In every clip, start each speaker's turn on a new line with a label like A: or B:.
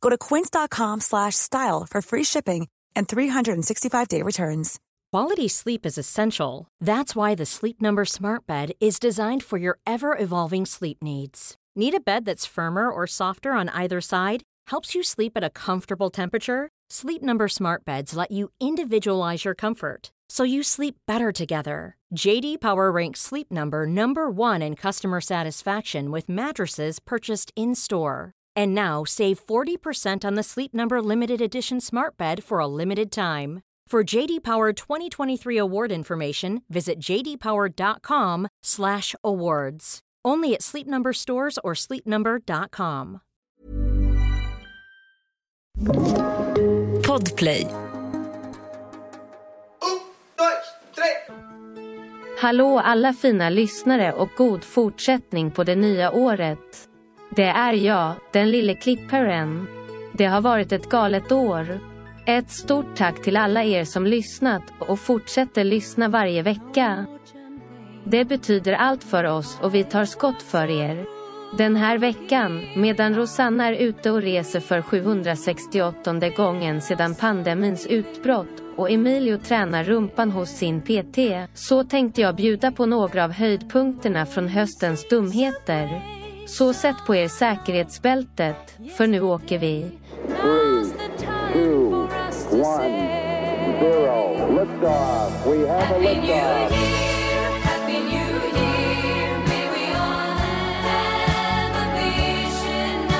A: Go to quince.com slash style for free shipping and 365-day returns.
B: Quality sleep is essential. That's why the Sleep Number Smart Bed is designed for your ever evolving sleep needs. Need a bed that's firmer or softer on either side? Helps you sleep at a comfortable temperature? Sleep Number Smart Beds let you individualize your comfort so you sleep better together. JD Power ranks Sleep Number number 1 in customer satisfaction with mattresses purchased in-store. And now save 40% on the Sleep Number limited edition smart bed for a limited time. For JD Power 2023 award information, visit jdpower.com/awards. Only at Sleep Number stores or sleepnumber.com.
C: Podplay.
D: Hallå alla fina lyssnare och god fortsättning på det nya året. Det är jag, den lille klipparen. Det har varit ett galet år. Ett stort tack till alla er som lyssnat och fortsätter lyssna varje vecka. Det betyder allt för oss och vi tar skott för er. Den här veckan, medan Rosanna är ute och reser för 768 gången sedan pandemins utbrott och Emilio tränar rumpan hos sin PT, så tänkte jag bjuda på några av höjdpunkterna från höstens dumheter. Så sätt på er säkerhetsbältet, för nu åker vi.
E: Three, two, one, zero. Liftoff. We have a
F: Happy New Year,
E: liftoff.
F: Happy New Year. May we all have a vision now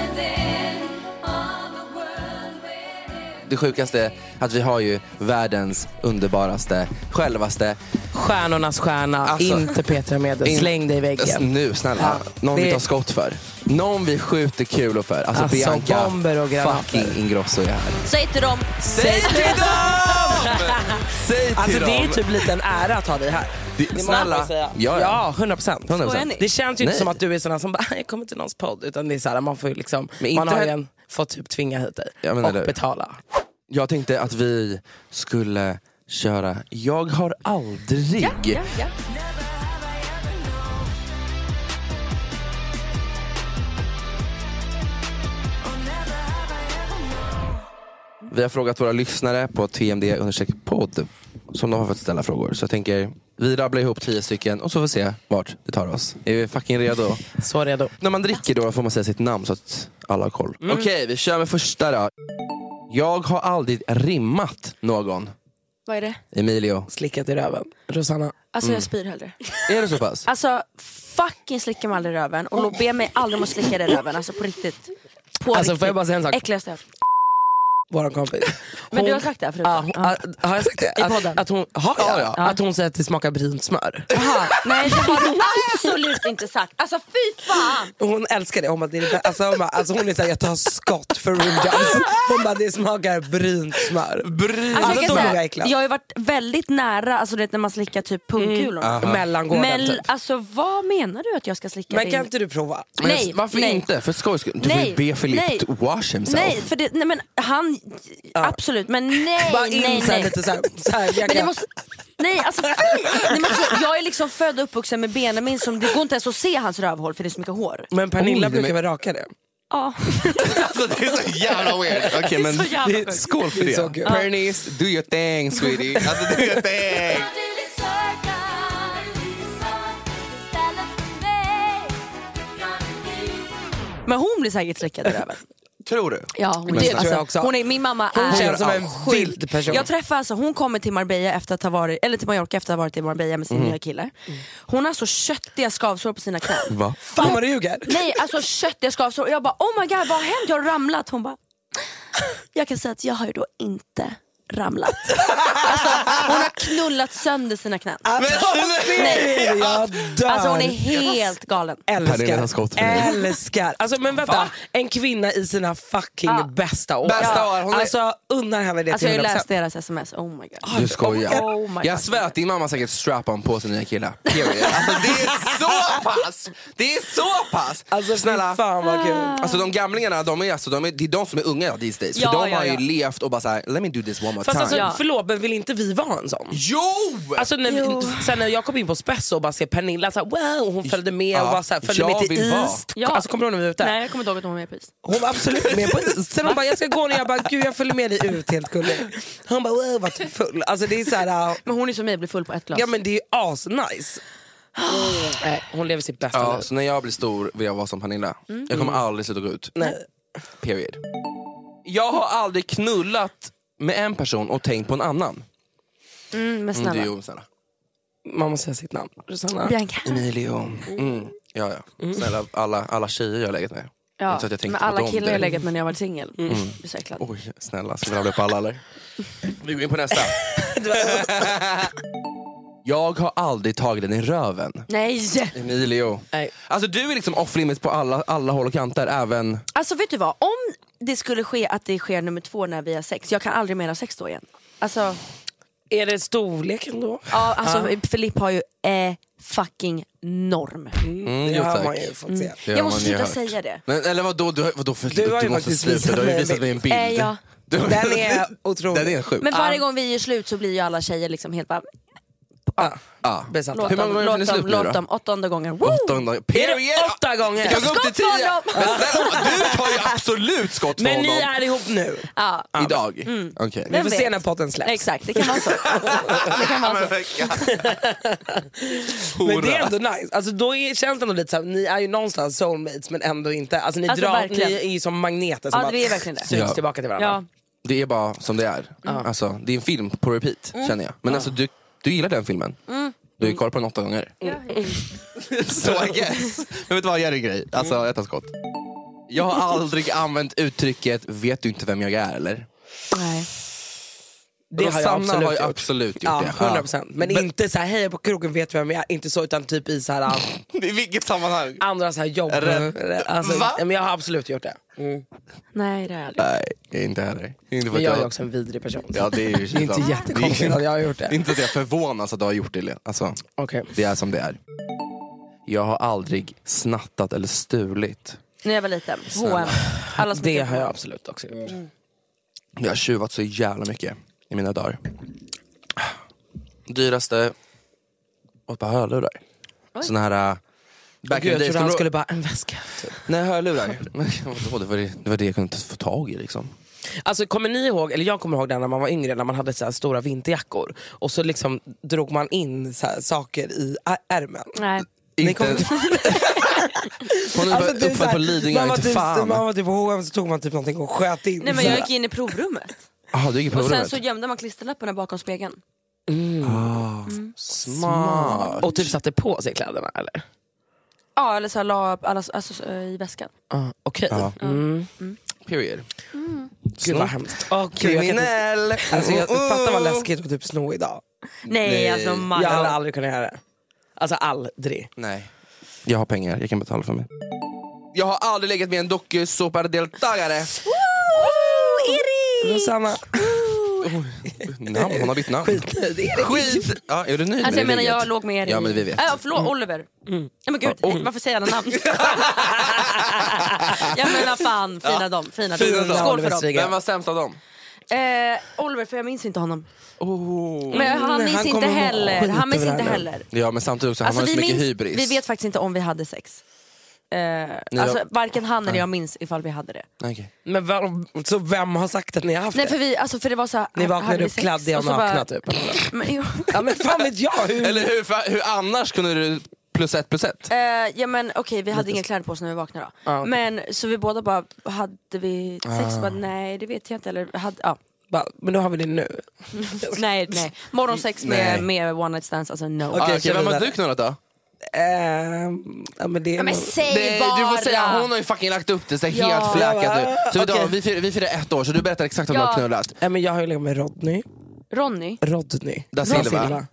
F: and then of a world where.
G: det sjukaste att vi har ju världens underbaraste, självaste.
H: Stjärnornas stjärna,
G: Alltså.
H: inte Petra Mede.
G: In-
H: Släng dig i
G: Alltså,
H: väggen.
G: Nu snälla,
H: Ja,
G: någon vi
H: det-
G: tar skott för. Någon vi skjuter kulor för. Alltså,
H: Alltså,
G: Bianca
H: bomber och granater.
G: fucking Ingrosso är här.
C: Säg till dem.
G: Säg till dem! Säg till
H: Alltså
G: dem!
H: det är ju typ lite en ära att ha dig här.
G: Det-
H: Det måste
G: snälla.
H: man säga.
G: Ja, ja.
H: ja 100 procent.
G: 100%.
H: Det känns ju
G: Nej.
H: inte som att du är sån här som bara, "Ah, jag kommer till någons podd. Utan det är så här, man får ju liksom,
G: Men
H: man
G: inte
H: har ju
G: he-
H: en, fått typ tvinga hit dig.
G: Ja, men
H: och
G: eller hur?
H: betala.
G: Jag tänkte att vi skulle köra Jag har aldrig. Vi har frågat våra lyssnare på TMD podd som de har fått ställa frågor. Så jag tänker, vi rabblar ihop tio stycken och så får vi se vart det tar oss. Är vi fucking redo?
H: Så redo.
G: När man dricker då får man säga sitt namn så att alla har koll.
H: Mm.
G: Okej, vi kör med första då. Jag har aldrig rimmat någon.
I: Vad är det?
G: Emilio. Mm.
H: Slickat i röven. Rosanna.
I: Alltså jag spyr hellre.
G: Är det så pass?
I: Alltså fucking slicka mig aldrig i röven och be mig aldrig om att slicka dig i röven. Alltså på riktigt. På
H: Alltså,
I: riktigt.
H: får jag bara säga en sak?
I: Äckligaste jag hört.
H: Våran kompis.
I: Men du
H: Hon-
I: har sagt det här förut.
H: Ja, hon,
I: Ja.
H: ah, Har jag sagt det?
I: I
H: Att,
I: podden.
H: att, hon, har jag? att hon säger att det smakar brynt smör.
I: Jaha, Nej det har du absolut inte sagt. Alltså fy fan.
H: Och Hon älskar det. Hon bara, det är det bä- alltså, hon, bara, alltså, hon är såhär, jag tar skott för roomjobs. Hon bara, det smakar brynt smör. Brynt
I: Alltså,
H: alltså,
I: jag,
H: då
I: kan
H: blev
I: säga,
H: jag äcklad.
I: jag har ju varit väldigt nära, alltså du vet när man slickar typ
H: Mm.
I: pungkulorna.
H: Mellangården
I: Men
H: typ.
I: alltså vad menar du att jag ska slicka
H: Men
I: din-
H: kan inte du prova?
G: Men
I: nej,
G: varför
I: nej.
G: inte? För skojs skull. Du får ju
I: Nej,
G: be Filip
I: nej.
G: to wash himself.
I: Nej, för det, nej men han, absolut men nej
H: Bara in
I: nej
H: såhär
I: nej.
H: lite såhär. såhär jag
I: Men det
H: kan-
I: måste, nej alltså fy! Nej, men alltså, jag är liksom född och uppvuxen med Benjamin som det går inte ens att se hans rövhål för det är så mycket hår.
H: Men Pernilla
G: Oj,
H: brukar
G: men-
H: väl raka det?
I: Ja.
G: Alltså, det är så jävla weird. Okej, men
I: så jävla
G: det är- skål för
H: Det är så
G: det.
H: kul.
G: Pernice, do your thing sweetie. Alltså, do your thing.
I: Men hon blir säkert slickad i röven.
G: Tror du?
I: Ja, hon,
H: Det
I: är, alltså,
H: tror jag också.
I: hon är min mamma.
H: Hon
I: är
H: känns som en
I: sjuk.
H: vild person.
I: Jag träffade alltså, hon kommer till Marbella efter att ha varit, eller till Mallorca efter att ha varit i Marbella med sin
H: Mm.
I: nya kille. Hon har så köttiga skavsår på sina knän.
G: Va?
H: Fan vad du ljuger!
I: Nej, alltså köttiga skavsår. Och jag bara, oh my god, vad har hänt? Jag har ramlat. Hon bara, jag kan säga att jag har ju då inte ramlat. Alltså, hon har knullat sönder sina knän.
G: Ah,
H: Alltså,
I: Nej.
H: jag dör!
I: Alltså hon är helt galen.
G: Pernilla har skott
H: Älskar,
G: för dig.
H: älskar. Alltså, men vänta, en kvinna i sina fucking bästa år.
G: Bästa år, hon är-
H: Alltså unnar henne det
I: Alltså
H: till
I: jag
H: 100%.
I: läste deras sms, oh my god.
G: Ah, Du skojar.
I: Oh my
G: jag
I: God.
G: svär att din mamma har säkert strap-on på sin nya kille. Period. Alltså, det är så pass! Det är så pass!
H: Alltså Snälla.
G: Snälla.
H: fan vad kul.
G: Alltså de gamlingarna, de är, alltså, de är, det är de som är unga these days.
I: Ah. Ja,
G: För de
I: ja,
G: har ju
I: ja.
G: levt och bara såhär, let me do this one more
H: Fast
G: time.
H: alltså,
I: Ja.
H: förlåt men vill inte vi vara en sån?
G: Jo!
H: Alltså när, vi- sen när jag kom in på Spesso och bara ser Pernilla, så här, wow, hon följde med och
G: Ja.
H: bara så här, följde
G: Ah, Jag
H: med till
G: vill vara.
H: East. Alltså, kommer du ihåg när vi var ute?
I: Nej jag kommer inte ihåg att hon var med på is.
H: Hon var absolut med på is. Sen hon bara, jag ska gå nu. Jag bara, gud jag följer med dig ut helt gullig. Hon bara, wow vad du är full. Alltså det är så här, äh,
I: Men hon är som mig, blir full på ett glas. Ah.
H: ja men det är ju asnice. Nej, hon lever sitt bästa
G: Ja,
H: liv.
G: så när jag blir stor vill jag vara som Pernilla.
I: Mm.
G: Jag kommer aldrig sluta gå ut.
H: Nej.
G: Period. Jag har aldrig knullat med en person och tänkt på en annan.
I: mm, men
G: Mm,
I: snälla.
G: du, jo, snälla.
H: Man måste säga sitt namn. Rosanna.
I: Bianca.
G: Emilio. Mm. Ja, ja. Snälla, alla, alla tjejer jag har legat med.
I: Ja,
G: Inte så att jag tänkte
I: men
G: på
I: alla
G: dem
I: killar jag
G: direkt.
I: legat med när jag var singel. Mm. Mm.
G: Oj, snälla. Ska vi ramla upp alla eller? Vi går in på nästa. jag har aldrig tagit den i röven.
I: Nej!
G: Emilio.
H: Nej.
G: Alltså du är liksom off limits på alla, alla håll och kanter. Även...
H: Mm,
I: Alltså vet du vad, om det skulle ske att det sker nummer två när vi har sex, jag kan aldrig mer ha sex då igen. Alltså,
H: Är det storleken då? Ah.
I: ja, alltså
G: Ah.
I: Filipp har ju eh, fucking norm.
G: Mm,
H: Det
G: jo,
H: har
G: tack.
H: man ju fått se.
G: Det har
I: Jag måste
G: man ju
I: sluta
G: hört.
I: säga det.
G: Men, eller vadå, du, har- vadå för,
H: Du
G: du,
H: har ju
G: måste
H: faktiskt
G: sluta, du har ju
H: visat
G: visat
H: mig
G: mig en bild.
I: Eh, ja.
G: Du,
H: Den är otrolig.
G: den är sjuk.
I: Men varje gång vi gör slut så blir ju alla tjejer liksom helt bara,
G: ah.
H: Besatta.
I: låt
G: Hur många
I: dem,
G: gånger har ni
I: låt
G: slut
I: dem,
G: nu
I: låt
G: då?
I: dem, åttonde gången. Woo!
G: Åttonde, period!
H: Åtta gånger.
G: Ska gå upp till
I: Skott från
G: tio?
I: dem!
G: Men snälla, du tar ju absolut skott från
H: Men ni
G: dem
H: är ihop nu.
I: Ja,
G: idag. Mm. Okej.
H: Vi
I: Vem
H: får se
I: vet?
H: när potten släpps.
I: exakt, det kan vara så. Det kan vara så.
H: Men det är ändå nice. Alltså, då är, känns det ändå lite såhär, ni är ju någonstans soulmates men ändå inte. Alltså, ni,
I: Alltså,
H: drar,
I: verkligen.
H: ni är ju som magneter som
I: Ja, vi är verkligen det.
H: sugs
G: Ja.
H: tillbaka till varandra.
I: Ja.
G: Det är bara som det är. Alltså, det är en film på repeat
H: Mm.
G: känner jag. Men alltså, du, du gillar den filmen.
I: Mm.
G: Du har ju kollat på den åtta gånger. Så I guess. Men vet du vad, jag gör en grej. Alltså, jag tar skott. Jag har aldrig använt uttrycket “vet du inte vem jag är” eller?
I: Nej.
H: Det har jag
G: Sanna
H: absolut
G: har ju
H: gjort.
G: absolut gjort
H: Ja,
G: det.
H: 100%. Men, inte såhär, hej jag är på krogen vet vem jag är. Inte så utan typ i såhär, äh,
G: I vilket sammanhang?
H: andra såhär jobb.
G: Rätt.
H: Alltså,
G: Va?
H: ja, men jag har absolut gjort det. Mm.
I: Nej, det har jag aldrig.
G: Nej, inte heller. Inte för
H: Men
G: att
H: jag är också en vidrig person.
G: Ja, det är ju
H: Det är inte jättekonstigt att jag har gjort
G: Det är
H: det.
G: inte att jag förvånas att du har gjort det. Lena. Alltså,
H: Okej.
G: det är som det är. Jag har aldrig snattat eller stulit.
I: När jag var liten, H&M. Alla som
H: Det har jag absolut också gjort.
G: Jag har tjuvat så jävla mycket i mina dagar. Dyraste var ett par hörlurar. Såna här... äh, Back
H: Gud,
G: in
H: jag
G: the days.
H: trodde han
G: Kommer
H: skulle
G: du-
H: bara, en väska. Typ.
G: Nej, hörlurar. Men vadå, det, var det, det var det jag kunde inte få tag i liksom.
H: Alltså kommer ni ihåg, eller jag kommer ihåg det när man var yngre, när man hade så här stora vinterjackor och så liksom drog man in så här saker i ä- ärmen.
I: Nej.
H: Ni
G: Inte...
H: kommer inte-
G: Hon är
H: Alltså, det
G: alltså,
H: är så
G: uppe
H: här,
G: på Lidingö,
H: man var
G: inte
H: typ,
G: fan.
H: Man
G: Jaha,
H: var typ på H&M så tog man typ någonting och sköt in.
I: Nej men jag gick in i provrummet.
G: du gick på
I: Och sen
G: rummet?
I: så gömde man klisterlapparna bakom spegeln.
G: Ah, Smart.
H: Mm. Och typ satte på sig kläderna eller?
I: Ja, eller så här, la alla, alltså, eh, i väskan.
H: Ah, Okej.
G: Ja.
H: Mm.
G: Period.
H: Gud vad
G: Snott.
H: hemskt. Oh, gud, jag kan inte- alltså, jag fattar
G: Mm.
H: vad läskigt att typ sno idag.
I: Nej,
G: Nej.
I: alltså man.
H: Jag hade aldrig kunnat göra det. Alltså aldrig.
G: Nej. Jag har pengar, jag kan betala för mig. Jag har aldrig legat med en dokusåpadeltagare.
H: Rosanna,
G: Namn, hon har bytt namn.
H: skitnöjd. Är det?
G: Skit! Ja, är du nöjd
I: Alltså
G: med
I: jag menar
G: ligget?
I: jag låg med er
G: Ja
I: i-
G: men vi vet. Mm.
I: Äh, förlåt Oliver. Ja, men gud, varför säger jag alla namn? jag menar fan, fina dem. Fina dem.
H: Fina dem,
I: Skål
H: Oliver
I: för dem.
H: Striga.
G: Vem var sämst av dem?
I: Eh, Oliver, för jag minns inte honom.
G: Oh.
I: Men han
H: Mm, han
I: minns inte
H: kommer vara
I: heller.
H: skit
I: Han minns
H: över
I: inte
H: det här.
I: heller. Alltså,
G: Ja men samtidigt också, han har så mycket hybris.
I: vi vet faktiskt inte om vi hade sex. Eh, alltså, varken han eller jag minns ifall vi hade det.
G: Okej.
H: Men vem, så vem har sagt att ni har haft
I: Nej
H: det?
I: för, vi, alltså, för det var så här,
H: Ni
I: hade
H: vaknade
I: vi
H: upp
I: sex?
H: kladdiga och
I: så bara-
H: nakna typ.
I: Men, jo.
H: Ja men fan vet jag hur...
G: Eller hur, fa- hur annars kunde du plus ett plus ett.
I: Eh, ja men okej vi hade inga kläder på oss när vi vaknade då.
H: Ja, okej. Ah.
I: Men så vi båda bara, hade vi sex? Bara, nej det vet jag inte. Eller, hade, ja.
H: Bara, men då har vi det nu.
I: Nej, nej. Morgonsex med,
G: Nej.
I: med one night stands, alltså no.
J: Ah,
G: Okej,
H: okej,
G: vem har
H: vidare.
G: du knullat då?
H: Ehm, ja, men det är nog-
I: säg
G: Det, du får säga, hon har ju fucking lagt upp det så här helt fläkat nu. Så idag,
H: Okej.
G: vi, firar, vi firar ett år, så du berättar exakt vem du
I: Ja.
G: har knullat.
H: Nej, men jag har ju legat med Rodney.
I: Ronny,
H: Rodney.
G: Da Silva. Mm.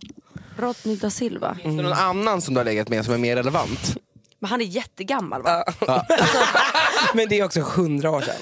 I: Rodney da Silva.
G: Är det någon annan som du har legat med som är mer relevant?
I: Men han är jättegammal va?
H: Ah. Men det är också hundra år sedan.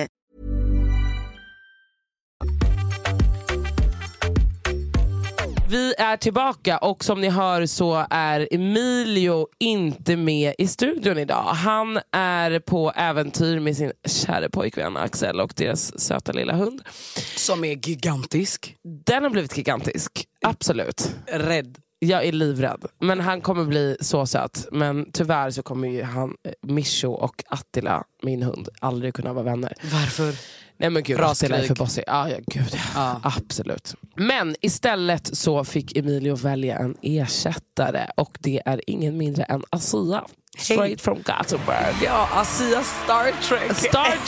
H: Vi är tillbaka och som ni hör så är Emilio inte med i studion idag. Han är på äventyr med sin kära pojkvän Axel och deras söta lilla hund.
J: Som är gigantisk.
H: Den har blivit gigantisk, absolut.
J: Rädd.
H: Jag är livrädd. Men han kommer bli så söt. Men tyvärr så kommer ju han, eh, Mischo och Attila, min hund, aldrig kunna vara vänner.
J: Varför?
H: Nej men gud,
J: Raskrig.
H: Attila är för bossig. Ja, ja, gud.
J: Ja.
H: Absolut. Men istället så fick Emilio välja en ersättare och det är ingen mindre än Asia. Straight from Gothenburg.
J: Ja, Asia Star Trek.
H: Star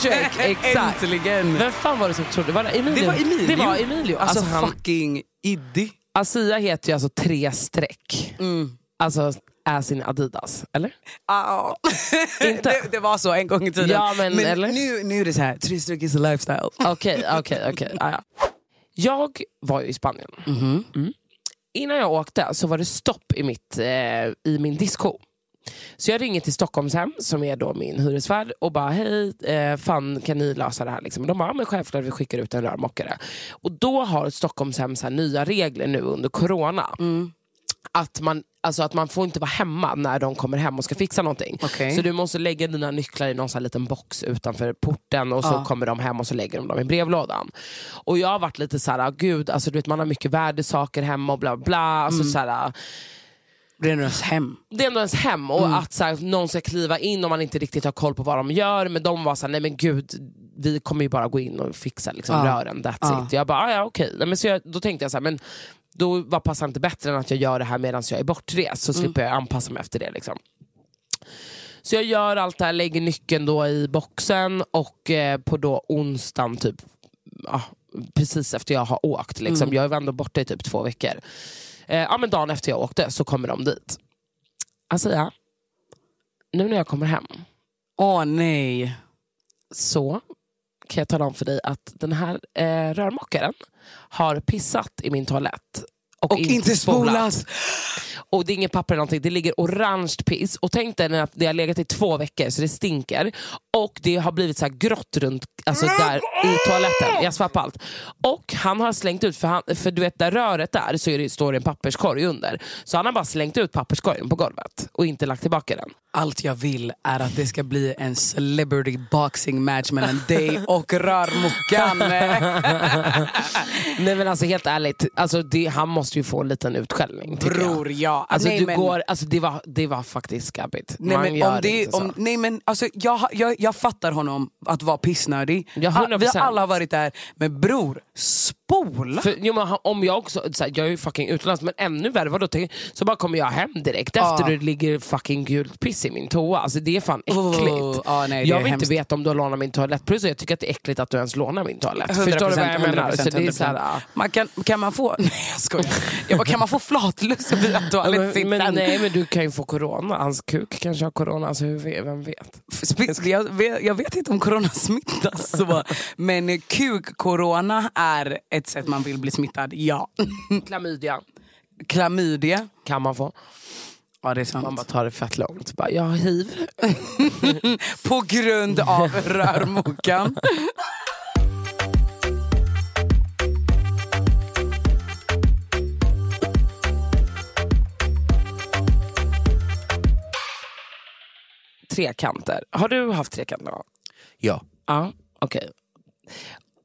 H: Trek, exakt.
J: Äntligen.
H: Vem fan var det som trodde? Var det Emilio?
J: Det var Emilio.
H: Det var Emilio.
J: Alltså,
H: Alltså, han,
J: fucking Iddi.
H: Asia heter ju alltså tre streck.
J: Mm.
H: Alltså är sin Adidas, eller?
J: Ah.
H: Inte.
J: det, det var så en gång i tiden.
H: Ja, men, eller?
J: Nu, nu är det så här, tre streck is a lifestyle.
H: Okej, okej, okej. Ja, ja. Jag var ju i Spanien.
J: Mhm.
F: Mm.
H: Innan jag åkte så var det stopp i, mitt, eh, i min disco. Så jag ringer till Stockholmshem, som är då min hyresvärd, och bara hej, eh, fan kan ni lösa det här? Liksom. Och de bara, "Ja, men självklart vi skickar ut en rörmokare. Och då har Stockholmshem så här nya regler nu under corona. Att man, alltså att man får inte vara hemma när de kommer hem och ska fixa någonting.
J: Okej.
H: Så du måste lägga dina nycklar i någon sån här liten box utanför porten och så kommer de hem och så lägger de dem i brevlådan. Och jag har varit lite så här, "Ah, gud, alltså, du vet, man har mycket värdesaker hemma och bla bla bla. Alltså, så här,
J: Det är deras hem. Mm.
H: det är ändå ens hem och att så här, någon ska kliva in om man inte riktigt har koll på vad de gör. Men de var så här, nej men gud, vi kommer ju bara gå in och fixa liksom,
J: Ja.
H: rören, that's
J: Ja.
H: it. Jag bara, "Ah, ja okej. Nej, men så jag, då tänkte jag så här, men då var passar inte bättre än att jag gör det här medan jag är bortrest
J: Mm.
H: så slipper jag anpassa mig efter det. Liksom. Så jag gör allt det här, lägger nyckeln då i boxen och eh, på då onsdagen typ ja, precis efter jag har åkt. Liksom.
J: Mm.
H: Jag var ändå borta i typ två veckor. Eh, ja, men dagen efter jag åkte så kommer de dit. Alltså, ja, nu när jag kommer hem
J: Åh nej.
H: så kan jag tala om för dig att den här eh, rörmokaren har pissat i min toalett.
J: Och inte spolas.
H: Och det är inget papper eller någonting, det ligger orange piss. Och tänk dig när jag- det har legat i två veckor så det stinker. Och det har blivit så här grått runt, alltså där i toaletten. Jag svär på allt. Och han har slängt ut, för, han, för du vet där röret är så är det, står det en papperskorg under. Så han har bara slängt ut papperskorgen på golvet och inte lagt tillbaka den.
J: Allt jag vill är att det ska bli en celebrity boxing match mellan dig och rörmokaren.
H: Nej men alltså helt ärligt, alltså, det, han måste ju få en liten utskällning. tycker
J: Bror,
H: jag.
J: ja.
H: Alltså,
J: Nej,
H: du
J: men-
H: går, alltså, det, var, det var faktiskt skabbigt.
J: Nej,
H: Man
J: men
H: gör
J: om det,
H: inte så.
J: om, nej men alltså, jag, ha- jag, jag fattar honom att vara pissnödig.
H: Ja,
J: Ah, Vi
H: 100%.
J: alla har varit där. Men bror, spola!
H: För, jo, men, han- om jag också, så här, jag är ju fucking utomlands men ännu värre, vadå, tänk, så bara kommer jag hem direkt
J: Ja.
H: efter och det ligger fucking gult piss i min toa. Alltså, det är fan äckligt.
J: Oh, ja, nej, det
H: jag
J: är
H: vill
J: hemskt.
H: inte veta om du har lånat min toalett, plus jag tycker att det är äckligt att du ens lånar min toalett. Förstår du vad jag menar? Så det är så här, ah.
J: man kan, kan man få... Nej jag skojar. Jag bara, kan man få flatlust via
H: men,
J: toalettsitsen?
H: men, nej men du kan ju få corona, hans kuk kanske har corona, alltså, hur, vet- vem vet?
J: Sp- Jag vet, jag vet inte om corona smittas så, men kuk-corona är ett sätt man vill bli smittad, ja.
H: Klamydia
J: Klamydia,
H: kan man få.
J: ja det är
H: Man
J: sant.
H: bara tar det fett långt. Bara, jag har hiv.
J: På grund av rörmokan.
H: Trekanter. Har du haft trekanter? någon gång?
G: Ja.
H: Ja, okej.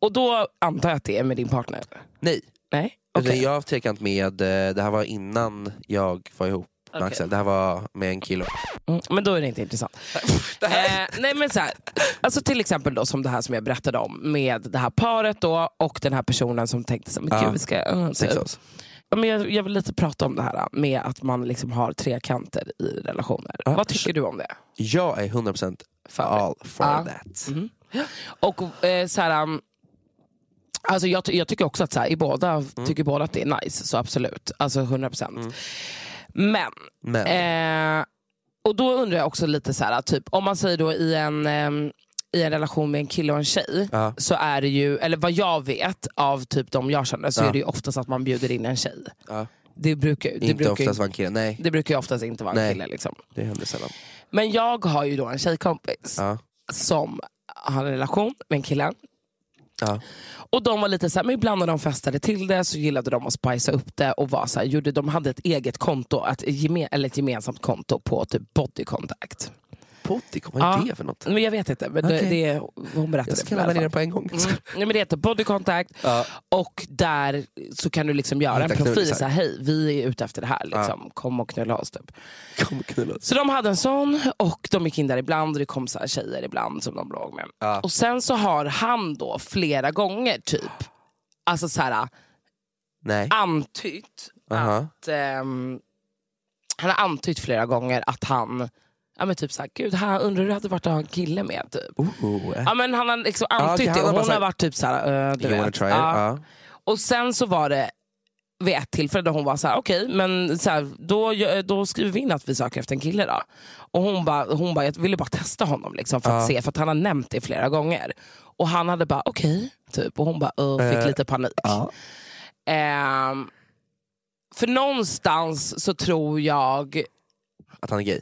H: Och då antar jag att det är med din partner?
G: Nej.
H: Nej?
G: Utan
H: Okej.
G: Jag har haft trekant med, eh, det här var innan jag var ihop med
H: Okej.
G: Axel. Det här var med en kille.
H: Mm, men då är det inte intressant. eh, nej men så här, alltså till exempel då som det här som jag berättade om med det här paret då och den här personen som tänkte så här, men
G: Ja.
H: gud vi ska... Uh,
G: Sex av oss.
H: Ja, men jag, jag vill lite prata om det här med att man liksom har trekanter i relationer.
G: Ja,
H: Vad tycker du om det?
G: Jag är 100%
H: För-
G: all for
H: Ja. Mm.
G: that.
H: Och eh, så här, um, alltså jag, ty- jag tycker också att så här, i båda,
G: Mm.
H: tycker båda att det är nice, så absolut. Alltså 100%. Men,
G: Men
H: eh, och då undrar jag också lite så här, typ, om man säger då i en, ehm, i en relation med en kille och en tjej,
G: Ja.
H: så är det ju, eller vad jag vet av typ de jag känner, så
G: Ja.
H: är det ju oftast att man bjuder in en tjej.
G: Ja.
H: Det brukar, det
G: inte
H: brukar, ju-
G: oftast var en kille. Nej,
H: det brukar ju oftast inte vara en
G: Nej.
H: kille. Liksom.
G: det händer sällan.
H: Men jag har ju då en tjejkompis
G: Ja.
H: som har en relation med en kille.
G: Ja.
H: Och de var lite så här, men ibland när de festade till det så gillade de att spicea upp det och var så här, gjorde, de hade ett eget konto, ett, geme, eller ett gemensamt konto på typ body contact.
G: Potty, vad är
H: Ja.
G: det för något?
H: Men jag vet inte, men det,
G: Okej.
H: det, hon berättade
G: Jag
H: det
G: ska
H: för mig i
G: ladda
H: alla
G: ner det
H: fall. Mm.
G: på en gång.
H: Nej, men det heter body contact
G: Ja.
H: och där så kan du liksom göra en
G: Hitta
H: profil.
G: knullisar.
H: Så här, Hej, vi är ute efter det här. Liksom. Kom och knulla oss. Typ.
G: Kom och knulla oss.
H: Så de hade en sån och de gick in där ibland och det kom så här tjejer ibland som de låg med.
G: Ja.
H: Och sen så har han då flera gånger typ alltså så här,
G: Nej.
H: antytt
G: Aha.
H: att ehm, han har antytt flera gånger att han Ja men typ såhär, gud här undrar hur det hade varit att ha en kille med typ.
G: Oh, eh.
H: Ja men han har liksom
G: okej,
H: antytt
G: han
H: det
G: har
H: och
G: bara
H: hon har
G: sagt,
H: varit typ såhär, äh, du
G: You wanna
H: vet.
G: try it?
H: Ja.
G: Ja.
H: Och sen så var det vid ett tillfälle där hon var så här: okej, men så här, då, gö- då skriver vi in att vi söker efter en kille då. Och hon bara, hon bara jag ville bara testa honom liksom för att
G: Ja.
H: se, för att han har nämnt det flera gånger. Och han hade bara, okej, typ. Och hon bara, "Åh", fick
G: Eh,
H: lite panik.
G: ja.
H: Ehm, för någonstans så tror jag
G: Att han är gay?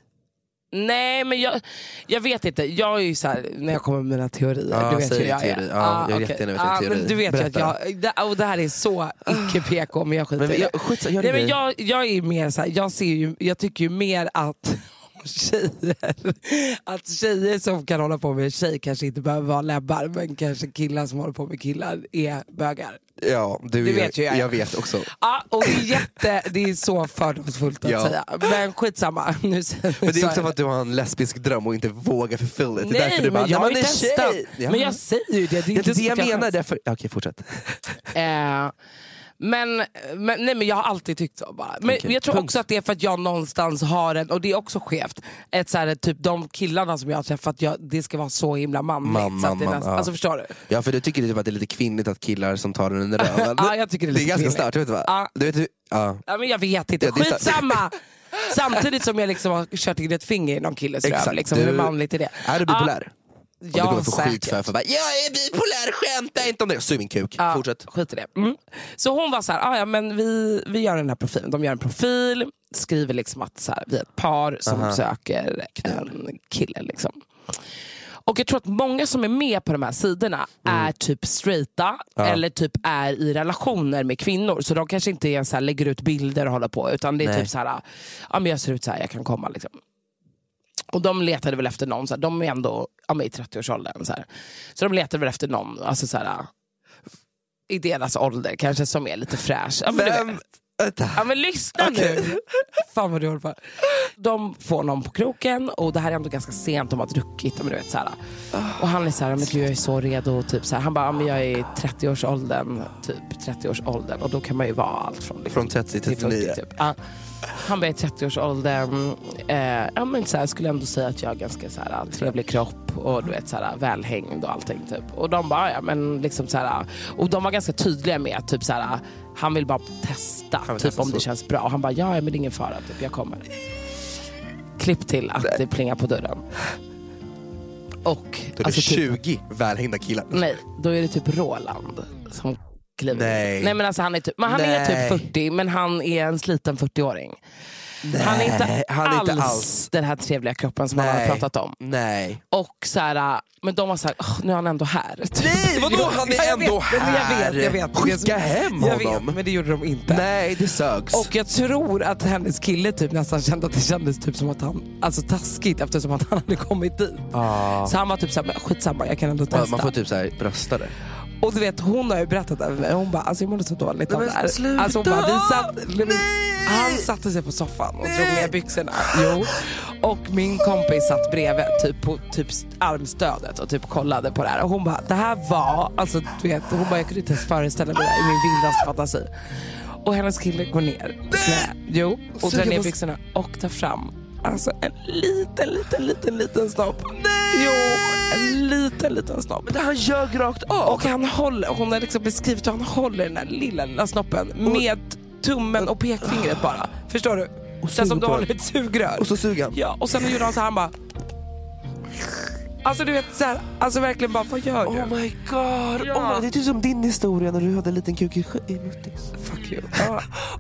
H: Nej men jag, jag vet inte, jag är ju såhär, när jag kommer med mina teorier,
G: Ja,
H: du vet
G: säg
H: hur jag
G: din teori.
H: är. Ah,
G: Ja, jag är
H: okej.
G: jättegärna vet din
H: Ja,
G: teori.
H: men du vet ju att
G: Berätta.
H: jag, Eh, det, och det här är så icke PK men jag skiter
G: Men
H: i det.
G: jag, skitsa, gör
H: Nej,
G: din
H: men
G: grej.
H: jag, jag är mer så här, jag, ser ju, jag tycker ju mer att tjejer, att tjejer som kan hålla på med en tjej kanske inte behöver vara läbbar men kanske killar som håller på med killar är bögar.
G: Ja, du,
H: Du
G: är-
H: vet ju jag är.
G: jag vet också.
H: Ja, och det är, jätte, det är så fördomsfullt att
G: Ja.
H: säga. Men skitsamma. Nu, säger-
G: Men det är
H: sa
G: också
H: jag
G: för att du har en lesbisk dröm och inte vågar förfylla det. Det är
H: Nej,
G: därför du bara,
H: men jag
G: "Nej,
H: har ju
G: men det är
H: testat.
G: tjej." Ja.
H: Men jag säger ju det. Det är
G: Ja, det
H: inte
G: är det
H: så
G: jag
H: att jag
G: menar. Därför... Okej, fortsätt.
H: Eh, men, men, nej, men jag har alltid tyckt så bara. Men
G: Okej,
H: jag tror
G: punkt.
H: också att det är för att jag någonstans har en, och det är också skevt, ett så här, typ de killarna som jag har träffat, jag, det ska vara så himla manligt.
G: Man,
H: så att
G: man,
H: det
G: man,
H: nästan,
G: ja.
H: Alltså förstår du?
G: Ja, för du tycker typ att det är lite kvinnligt att killar som tar den under röven.
H: Ja, jag tycker det är
G: det är
H: lite
G: ganska
H: kvinnligt.
G: stört, vet du va?
H: Ja.
G: Du vet, hur- ja.
H: Ja, men jag vet inte,
G: Ja, det är sant.
H: skitsamma! Samtidigt som jag liksom har kört in ett finger i någon killes röv.
G: Exakt.
H: Liksom,
G: Du-
H: hur manligt är det?
G: Är du bipolär?
H: Ja,
G: och du kommer få skit
H: säkert.
G: för, för bara, jag är bipolär, skämta inte om det. Sug min kuk.
H: Ja,
G: Fortsätt.
H: Skit i det. Mm. Så hon var så här, "Ah, ja, men vi, vi gör den här profilen. De gör en profil, skriver liksom att så här, vi är ett par som söker en kille. Liksom. Och jag tror att många som är med på de här sidorna är typ straighta eller typ är i relationer med kvinnor. Så de kanske inte ens så här lägger ut bilder och håller på. Utan det är
K: Nej.
H: typ så här, ja, men jag ser ut så här, jag kan komma. Liksom. Och de letade väl efter någon, så här, de är ändå ja, men i 30-årsåldern. Så, här. så de letade väl efter någon alltså, så här, i deras ålder kanske som är lite fräsch. Ja, men, du vet. ja, men lyssna nu! Fan vad du håller på. De får någon på kroken och det här är ändå ganska sent, de har druckit. ja, Men du vet, så här. Och han är så här, men gud jag är så redo. Typ, så här. Han bara, ja, men jag är i 30-årsåldern. Typ 30-årsåldern och då kan man ju vara allt från liksom,
G: Från 30 till 39.
H: typ. Ja. Han var i 30-årsåldern. Eh, ja, men så här, skulle ändå säga att jag har ganska så här, trevlig kropp och du vet, så här, välhängd och allting. Typ. Och de bara, ja, men liksom så här, och de var ganska tydliga med att typ, så här, han vill bara testa,
G: vill
H: typ,
G: testa
H: om det
G: så.
H: känns bra. Och han bara, ja ja, men det är ingen fara, typ, jag kommer. Klipp till att det plingar på dörren. Och,
G: Då är det
H: alltså, typ-
G: 20 välhängda killar.
H: Nej, då är det typ Roland som kliver
G: Nej.
H: Nej men alltså han är typ, men han är
G: Nej.
H: typ 40 men han är en sliten 40-åring. Han är inte,
G: han är
H: alls,
G: inte alls.
H: den här trevliga kroppen som han har
G: Nej.
H: pratat om.
G: Nej.
H: Och så här, äh, men de var såhär, "Åh, nu är han ändå här. Typ.
G: Nej, vadå han är
H: alltså- Jag vet,
G: ändå
H: men jag
G: här?
H: vet, jag vet.
G: Skicka hem
H: Jag
G: honom.
H: vet, men det gjorde de inte.
G: Nej, det sögs.
H: Och jag tror att hennes kille typ nästan kände att det kändes typ som att han, alltså taskigt eftersom att han hade kommit dit.
G: Ah.
H: Så han var typ såhär, "Men skitsamma jag kan ändå testa.
G: Man får typ så här brösta det.
H: Och du vet hon har ju berättat över mig, hon bara alltså jag mådde så dåligt av
G: Nej,
H: det
G: men
H: här.
G: sluta!
H: Alltså hon bara, vi satt, vi, han satte sig på soffan och drog ner byxorna. Jo. Och min kompis satt bredvid typ på typ st- armstödet och typ kollade på det här. Och hon bara, det här var, alltså du vet, hon bara jag kunde inte ens föreställa mig det här i min vildaste fantasi. Och hennes kille går ner på knä. Jo, och drar
G: Suger
H: ner
G: på-
H: byxorna och tar fram alltså en liten, liten, liten, liten snopp. Jo, en liten, liten snopp.
G: Men han ljög rakt av.
H: Och han håller, hon har liksom beskrivit hur han håller den där lilla, lilla snoppen med tummen och pekfingret bara. Förstår du? Så
G: suger
H: som du
G: på
H: håller
G: den.
H: ett sugrör.
G: Och så suger han.
H: Ja, och sen gjorde han så här, han bara... Alltså du vet såhär, alltså verkligen bara vad gör du?
G: Oh my god.
H: Ja.
G: Oh, det är typ som din historia när du hade en liten kuk i sk- i nuttis.
H: Fuck you.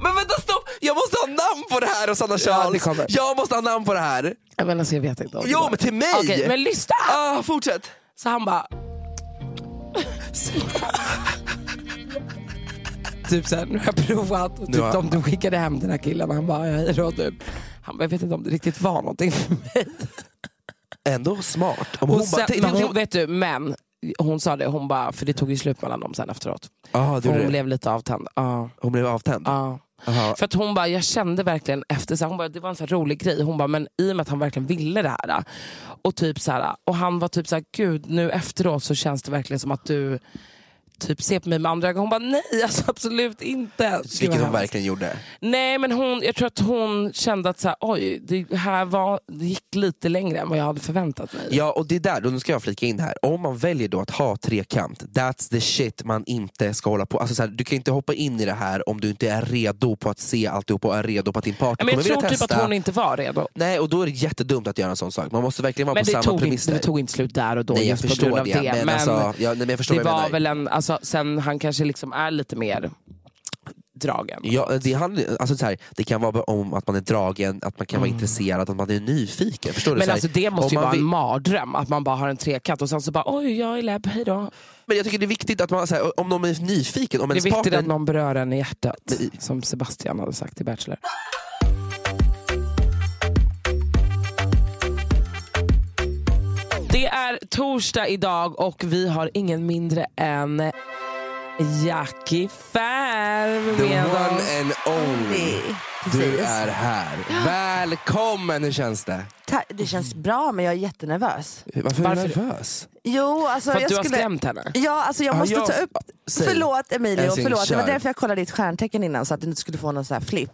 G: Men vänta stopp! Jag måste ha namn på det här Rosanna
H: det
G: Charles.
H: kommer.
G: jag måste ha namn på det här.
H: Ja, men alltså jag vet inte. om det
G: Jo
H: var-
G: men till mig!
H: Okej, men lyssna!
G: ah, fortsätt.
H: Så han bara... typ såhär, nu har jag provat. Och
G: Nu
H: typ
G: har-
H: de, de skickade hem den här killen och han bara, hej då typ. Han bara, jag vet inte om det riktigt var någonting för mig.
G: Ändå smart. Om
H: Och
G: hon
H: sen,
G: bara, tänk-
H: men
G: tänk-
H: hon, vet du, men hon sa det, hon bara, för det tog ju slut mellan dem sen efteråt.
G: Ah, du,
H: Hon
G: hon, blev...
H: blev lite avtänd. Ja,
G: hon blev avtänd?
H: ja.
G: Aha.
H: För att hon bara, jag kände verkligen efter, så här, hon bara, det var en så här rolig grej, hon bara, men i och med att han verkligen ville det här. Och, typ så här, och han var typ så här, gud nu efteråt så känns det verkligen som att du typ ser på mig med andra ögon. Hon bara, nej alltså, absolut inte. Gud, vad
G: Vilket hon
H: hemskt.
G: verkligen gjorde.
H: Nej men hon, jag tror att hon kände att så här, oj, det här var, det gick lite längre än vad jag hade förväntat mig.
G: Ja, och det är där, då nu ska jag flika in här. Om man väljer då att ha trekant, that's the shit man inte ska hålla på. Alltså så här, du kan inte hoppa in i det här om du inte är redo på att se alltihop och är redo på att din partner kommer
H: men jag
G: vilja
H: tror typ
G: testa.
H: att hon inte var redo.
G: Nej, och då är det jättedumt att göra en sån sak. Man måste verkligen vara
H: Men
G: på
H: det
G: samma
H: tog, inte,
G: premisser.
H: det tog inte slut där och då
G: Nej, jag
H: just på grund
G: förstår
H: av
G: det.
H: det.
G: Men, alltså, ja, nej, men jag förstår
H: det
G: vad jag
H: var
G: menar.
H: väl en, alltså, sen han kanske liksom är lite mer dragen.
G: Ja, det, handlar, alltså så här, det kan vara om att man är dragen, att man kan vara intresserad, att man är nyfiken. Förstår du? Så
H: Mm. Men
G: här,
H: alltså det
G: om
H: måste ju
G: man
H: vara
G: vill-
H: en mardröm, att man bara har en trekant och sen så bara oj, jag är läbb, hejdå.
G: Men jag tycker det är viktigt att man, så här, om någon är nyfiken, om
H: Det är
G: ens
H: viktigt
G: partner...
H: att någon berör en i hjärtat, som Sebastian hade sagt i Bachelor. Det är torsdag idag och vi har ingen mindre än Jackie Färm
G: The
H: med
G: one
H: oss.
G: and only. Du
K: Precis.
G: är här. Välkommen, hur känns det?
K: Ta- Det känns bra men jag är jättenervös.
G: Varför,
H: Varför?
G: är du nervös?
K: Jo, alltså,
H: För att
K: jag
H: du har
K: skulle...
H: skrämt henne.
K: Ja, alltså jag
G: Ja,
K: måste
G: jag-
K: ta upp...
G: Säg.
K: Förlåt Emilio,
G: Älskling,
K: förlåt. Det var
G: kör.
K: därför jag kollade ditt stjärntecken innan så att du inte skulle få någon sån här flipp.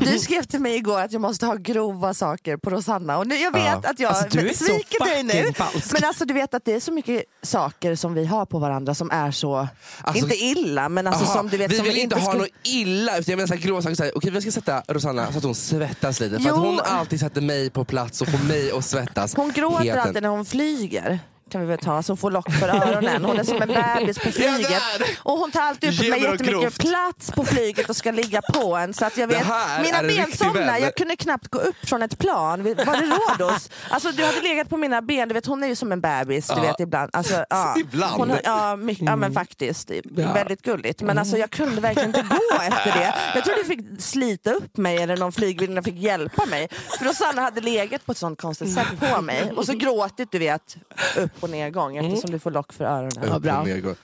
K: Du skrev till mig igår att jag måste ha grova saker på Rosanna och nu, jag vet
G: Ja.
K: att jag
H: Alltså, du är så
K: sviker dig nu.
H: fucking falsk.
K: Men alltså du vet att det är så mycket saker som vi har på varandra som är så,
G: Alltså-
K: inte illa men alltså
G: Aha,
K: som du vet
G: vi
K: som
G: vill inte ha
K: skulle-
G: något illa, utan jag menar så här grova saker. Så här, okej, vi ska sätta Rosanna så att hon svettas lite. För att
K: Jo.
G: hon alltid sätter mig på plats och får mig att svettas.
K: Hon gråter
G: Heten.
K: alltid när hon flyger. kan vi väl ta, som får lock för öronen. Hon är som en bebis på flyget. Och hon tar alltid upp mig
F: Ge mig något
K: jättemycket
F: grovt.
K: plats på flyget och ska ligga på en. Så att jag
F: Det
K: vet,
F: här
K: mina
F: är en
K: ben
F: riktig
K: somnar,
F: vän.
K: jag kunde knappt gå upp från ett plan. Vi- Var det Rhodos? Alltså du hade legat på mina ben, du vet hon är ju som en bebis du
F: Ja.
K: vet ibland. Alltså, ja.
F: Ibland. Mm.
K: Hon har, ja, mycket, ja men faktiskt,
F: Ja. Mm.
K: väldigt gulligt. Men alltså jag kunde verkligen inte gå efter det. Jag trodde jag fick slita upp mig eller någon flygvärdinna fick hjälpa mig. För Rosanna hade legat på ett sånt konstigt sätt på mig och så gråtit du vet, upp och nedgång
H: Mm.
K: eftersom du får lock för öronen.
G: Upp och ner går-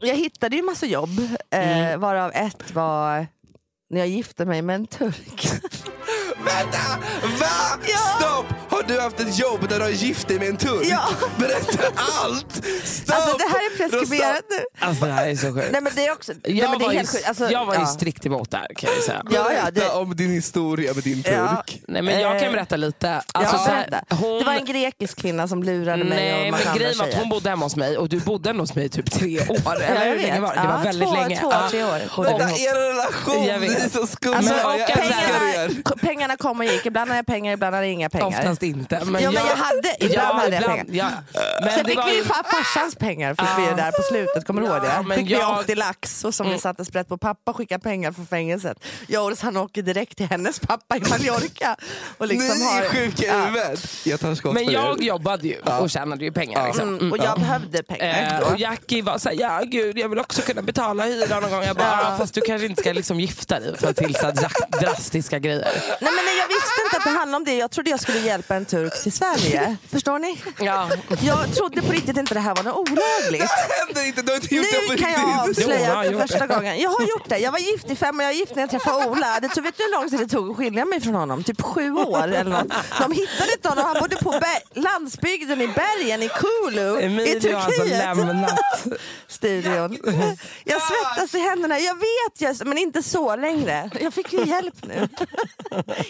K: Jag hittade ju massa jobb,
H: Mm.
K: eh, varav ett var när jag gifte mig med en turk.
G: Vänta! Va? Stopp! Har du haft ett jobb där du har gift dig med en turk?
K: Ja.
G: Berätta allt! Stopp!
K: Alltså det här är preskriberat nu.
H: Alltså det här är så sjukt.
K: Nej men det är också... Nej,
H: jag,
K: men det är
H: var ju,
K: helt sjukt. Alltså,
H: jag var ju
K: ja.
H: strikt emot där kan jag ju säga.
K: Ja, ja,
G: Berätta om din historia med din turk.
K: Ja.
H: Nej, men jag
K: Eh,
H: kan berätta lite.
K: Alltså,
H: Alltså, så här-
K: vänta. Det var en grekisk kvinna som lurade mig och
H: Nej,
K: en
H: men
K: massa andra
H: grejen var att
K: tjejer.
H: hon bodde hemma hos mig och du bodde hemma hos mig i typ tre år.
K: Ja,
H: Eller
K: jag
H: hur länge
K: vet.
H: var det? Det var
K: Ja,
H: väldigt
K: två-
H: länge.
K: två,
H: Ja.
K: tre år bodde
H: Och-
K: vi ihop.
G: Er relation,
H: Jag vet.
G: ni är så skumma.
K: Alltså,
G: jag älskar
K: pengarna,
G: er.
K: k- pengarna kom och gick, ibland har jag pengar, ibland har jag inga pengar.
H: Oftast inte.
K: Men ja, men jag hade, ibland hade jag pengar.
H: Ja. Men
K: Sen
H: det
K: fick
H: var
K: vi ju
H: ju-
K: fa- farsans pengar, fick vi ju
H: Ja.
K: där på slutet, kommer du ihåg
H: Ja,
K: det?
H: men
K: Fick vi
H: jag- Mm.
K: 80 lax och som vi satte sprätt på. Pappa skickade pengar från fängelset. Jag och han åker direkt till hennes pappa i Mallorca. Och liksom
G: ni
K: har,
G: är sjuka i huvudet. Jag tar skott
H: Men
G: för
H: jag
G: er.
H: jobbade ju och tjänade ju pengar. Liksom.
K: Mm, och jag behövde pengar.
H: Eh, och Jackie var såhär, ja gud jag vill också kunna betala hyran någon gång. Jag bara,
K: Ja.
H: "Ah, fast du kanske inte ska liksom gifta dig för att tillsätta dra- drastiska grejer.
K: Nej, men nej, jag visste inte att det handlade om det. Jag trodde jag skulle hjälpa en turk till Sverige. Förstår ni?
H: Ja.
K: Jag trodde på riktigt inte det här var något olagligt.
G: händer inte, du har inte gjort det
K: Nu
G: på
K: kan jag
G: riktigt.
K: avslöja
G: Jo, han
K: att
G: har
K: för
G: gjort
K: första
G: det.
K: gången. Jag har gjort det. Jag var gift i fem år, jag var gift när jag träffade Ola. Det tog, vet du hur lång tid det tog att skilja mig från honom? Typ sju år eller något. De hittade inte honom. Han bodde på ber- landsbygden i bergen i Kulu i
H: Emilia har alltså
K: Turkiet.
H: lämnat.
K: Studion. Jag svettas i händerna. Jag vet, jag, men inte så längre. Jag fick ju hjälp nu.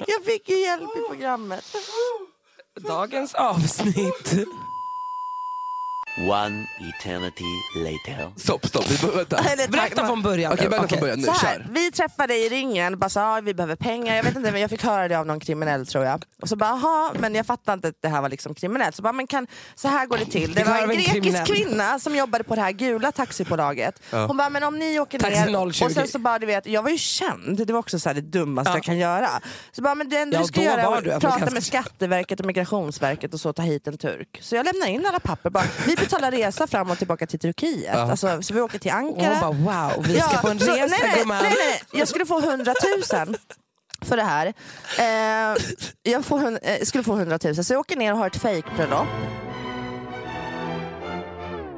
K: Jag fick ju hjälp i programmet.
H: Dagens avsnitt.
L: One eternity later.
G: Stopp, stopp. Vi behöver vänta.
K: Eller tack-
H: Berätta från början.
G: Okej, berätta från början. Nu,
K: så
G: kör.
K: här, vi träffade i ringen, bara sa ah, vi behöver pengar, jag vet inte, men jag fick höra det av någon kriminell tror jag. Och så bara, aha, men jag fattade inte att det här var liksom kriminellt. Så bara, men kan, så här går det till. Det
H: Fick
K: var
H: höra av
K: en
H: en
K: grekisk
H: kriminell.
K: kvinna som jobbade på det här gula taxibolaget.
H: Ja.
K: Hon bara, men om ni åker
H: Taxi
K: ner,
H: 020.
K: och sen så bara, du vet, jag var ju känd, det var också så här, det dummaste
H: Ja.
K: jag kan göra. Så bara, men det enda
H: Ja,
K: du ska
H: då
K: göra
H: var
K: är
H: du
K: att prata
H: ganska
K: med Skatteverket och Migrationsverket och så ta hit en turk. Så jag lämnar in alla papper bara, vi betalar resa fram och tillbaka till Turkiet.
H: Ja.
K: Alltså, så vi åker till
H: Och
K: Ankara.
H: hon bara, wow, vi ska
K: Ja,
H: på en
K: så-
H: resa
K: nej, nej,
H: gumman.
K: nej, nej, jag skulle få 100 000 för det här. Eh, jag får, hun- eh, skulle få 100 000 så jag åker ner och har ett fejkbröllop.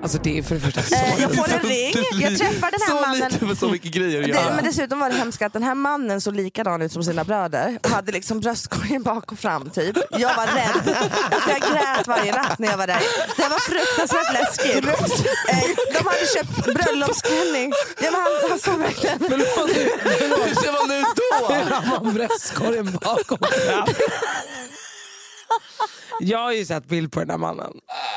H: Alltså det är för det första så
K: Eh, jag
H: lite.
K: får en ring, jag träffar den här
G: så
K: mannen.
G: lite med så mycket grejer att
K: Det,
G: göra.
K: men dessutom var det hemskt att den här mannen såg likadan ut som sina bröder och hade liksom bröstkorgen bak och fram typ. Jag var rädd. Alltså, jag grät varje natt när jag var där. Det var fruktansvärt läskigt. Eh, De hade köpt bröllopsklänning. Ja, men han, han såg verkligen...
G: Hur ser man ut då?
H: Han har bröstkorgen bakom fram. Jag har ju sett bild på den där mannen.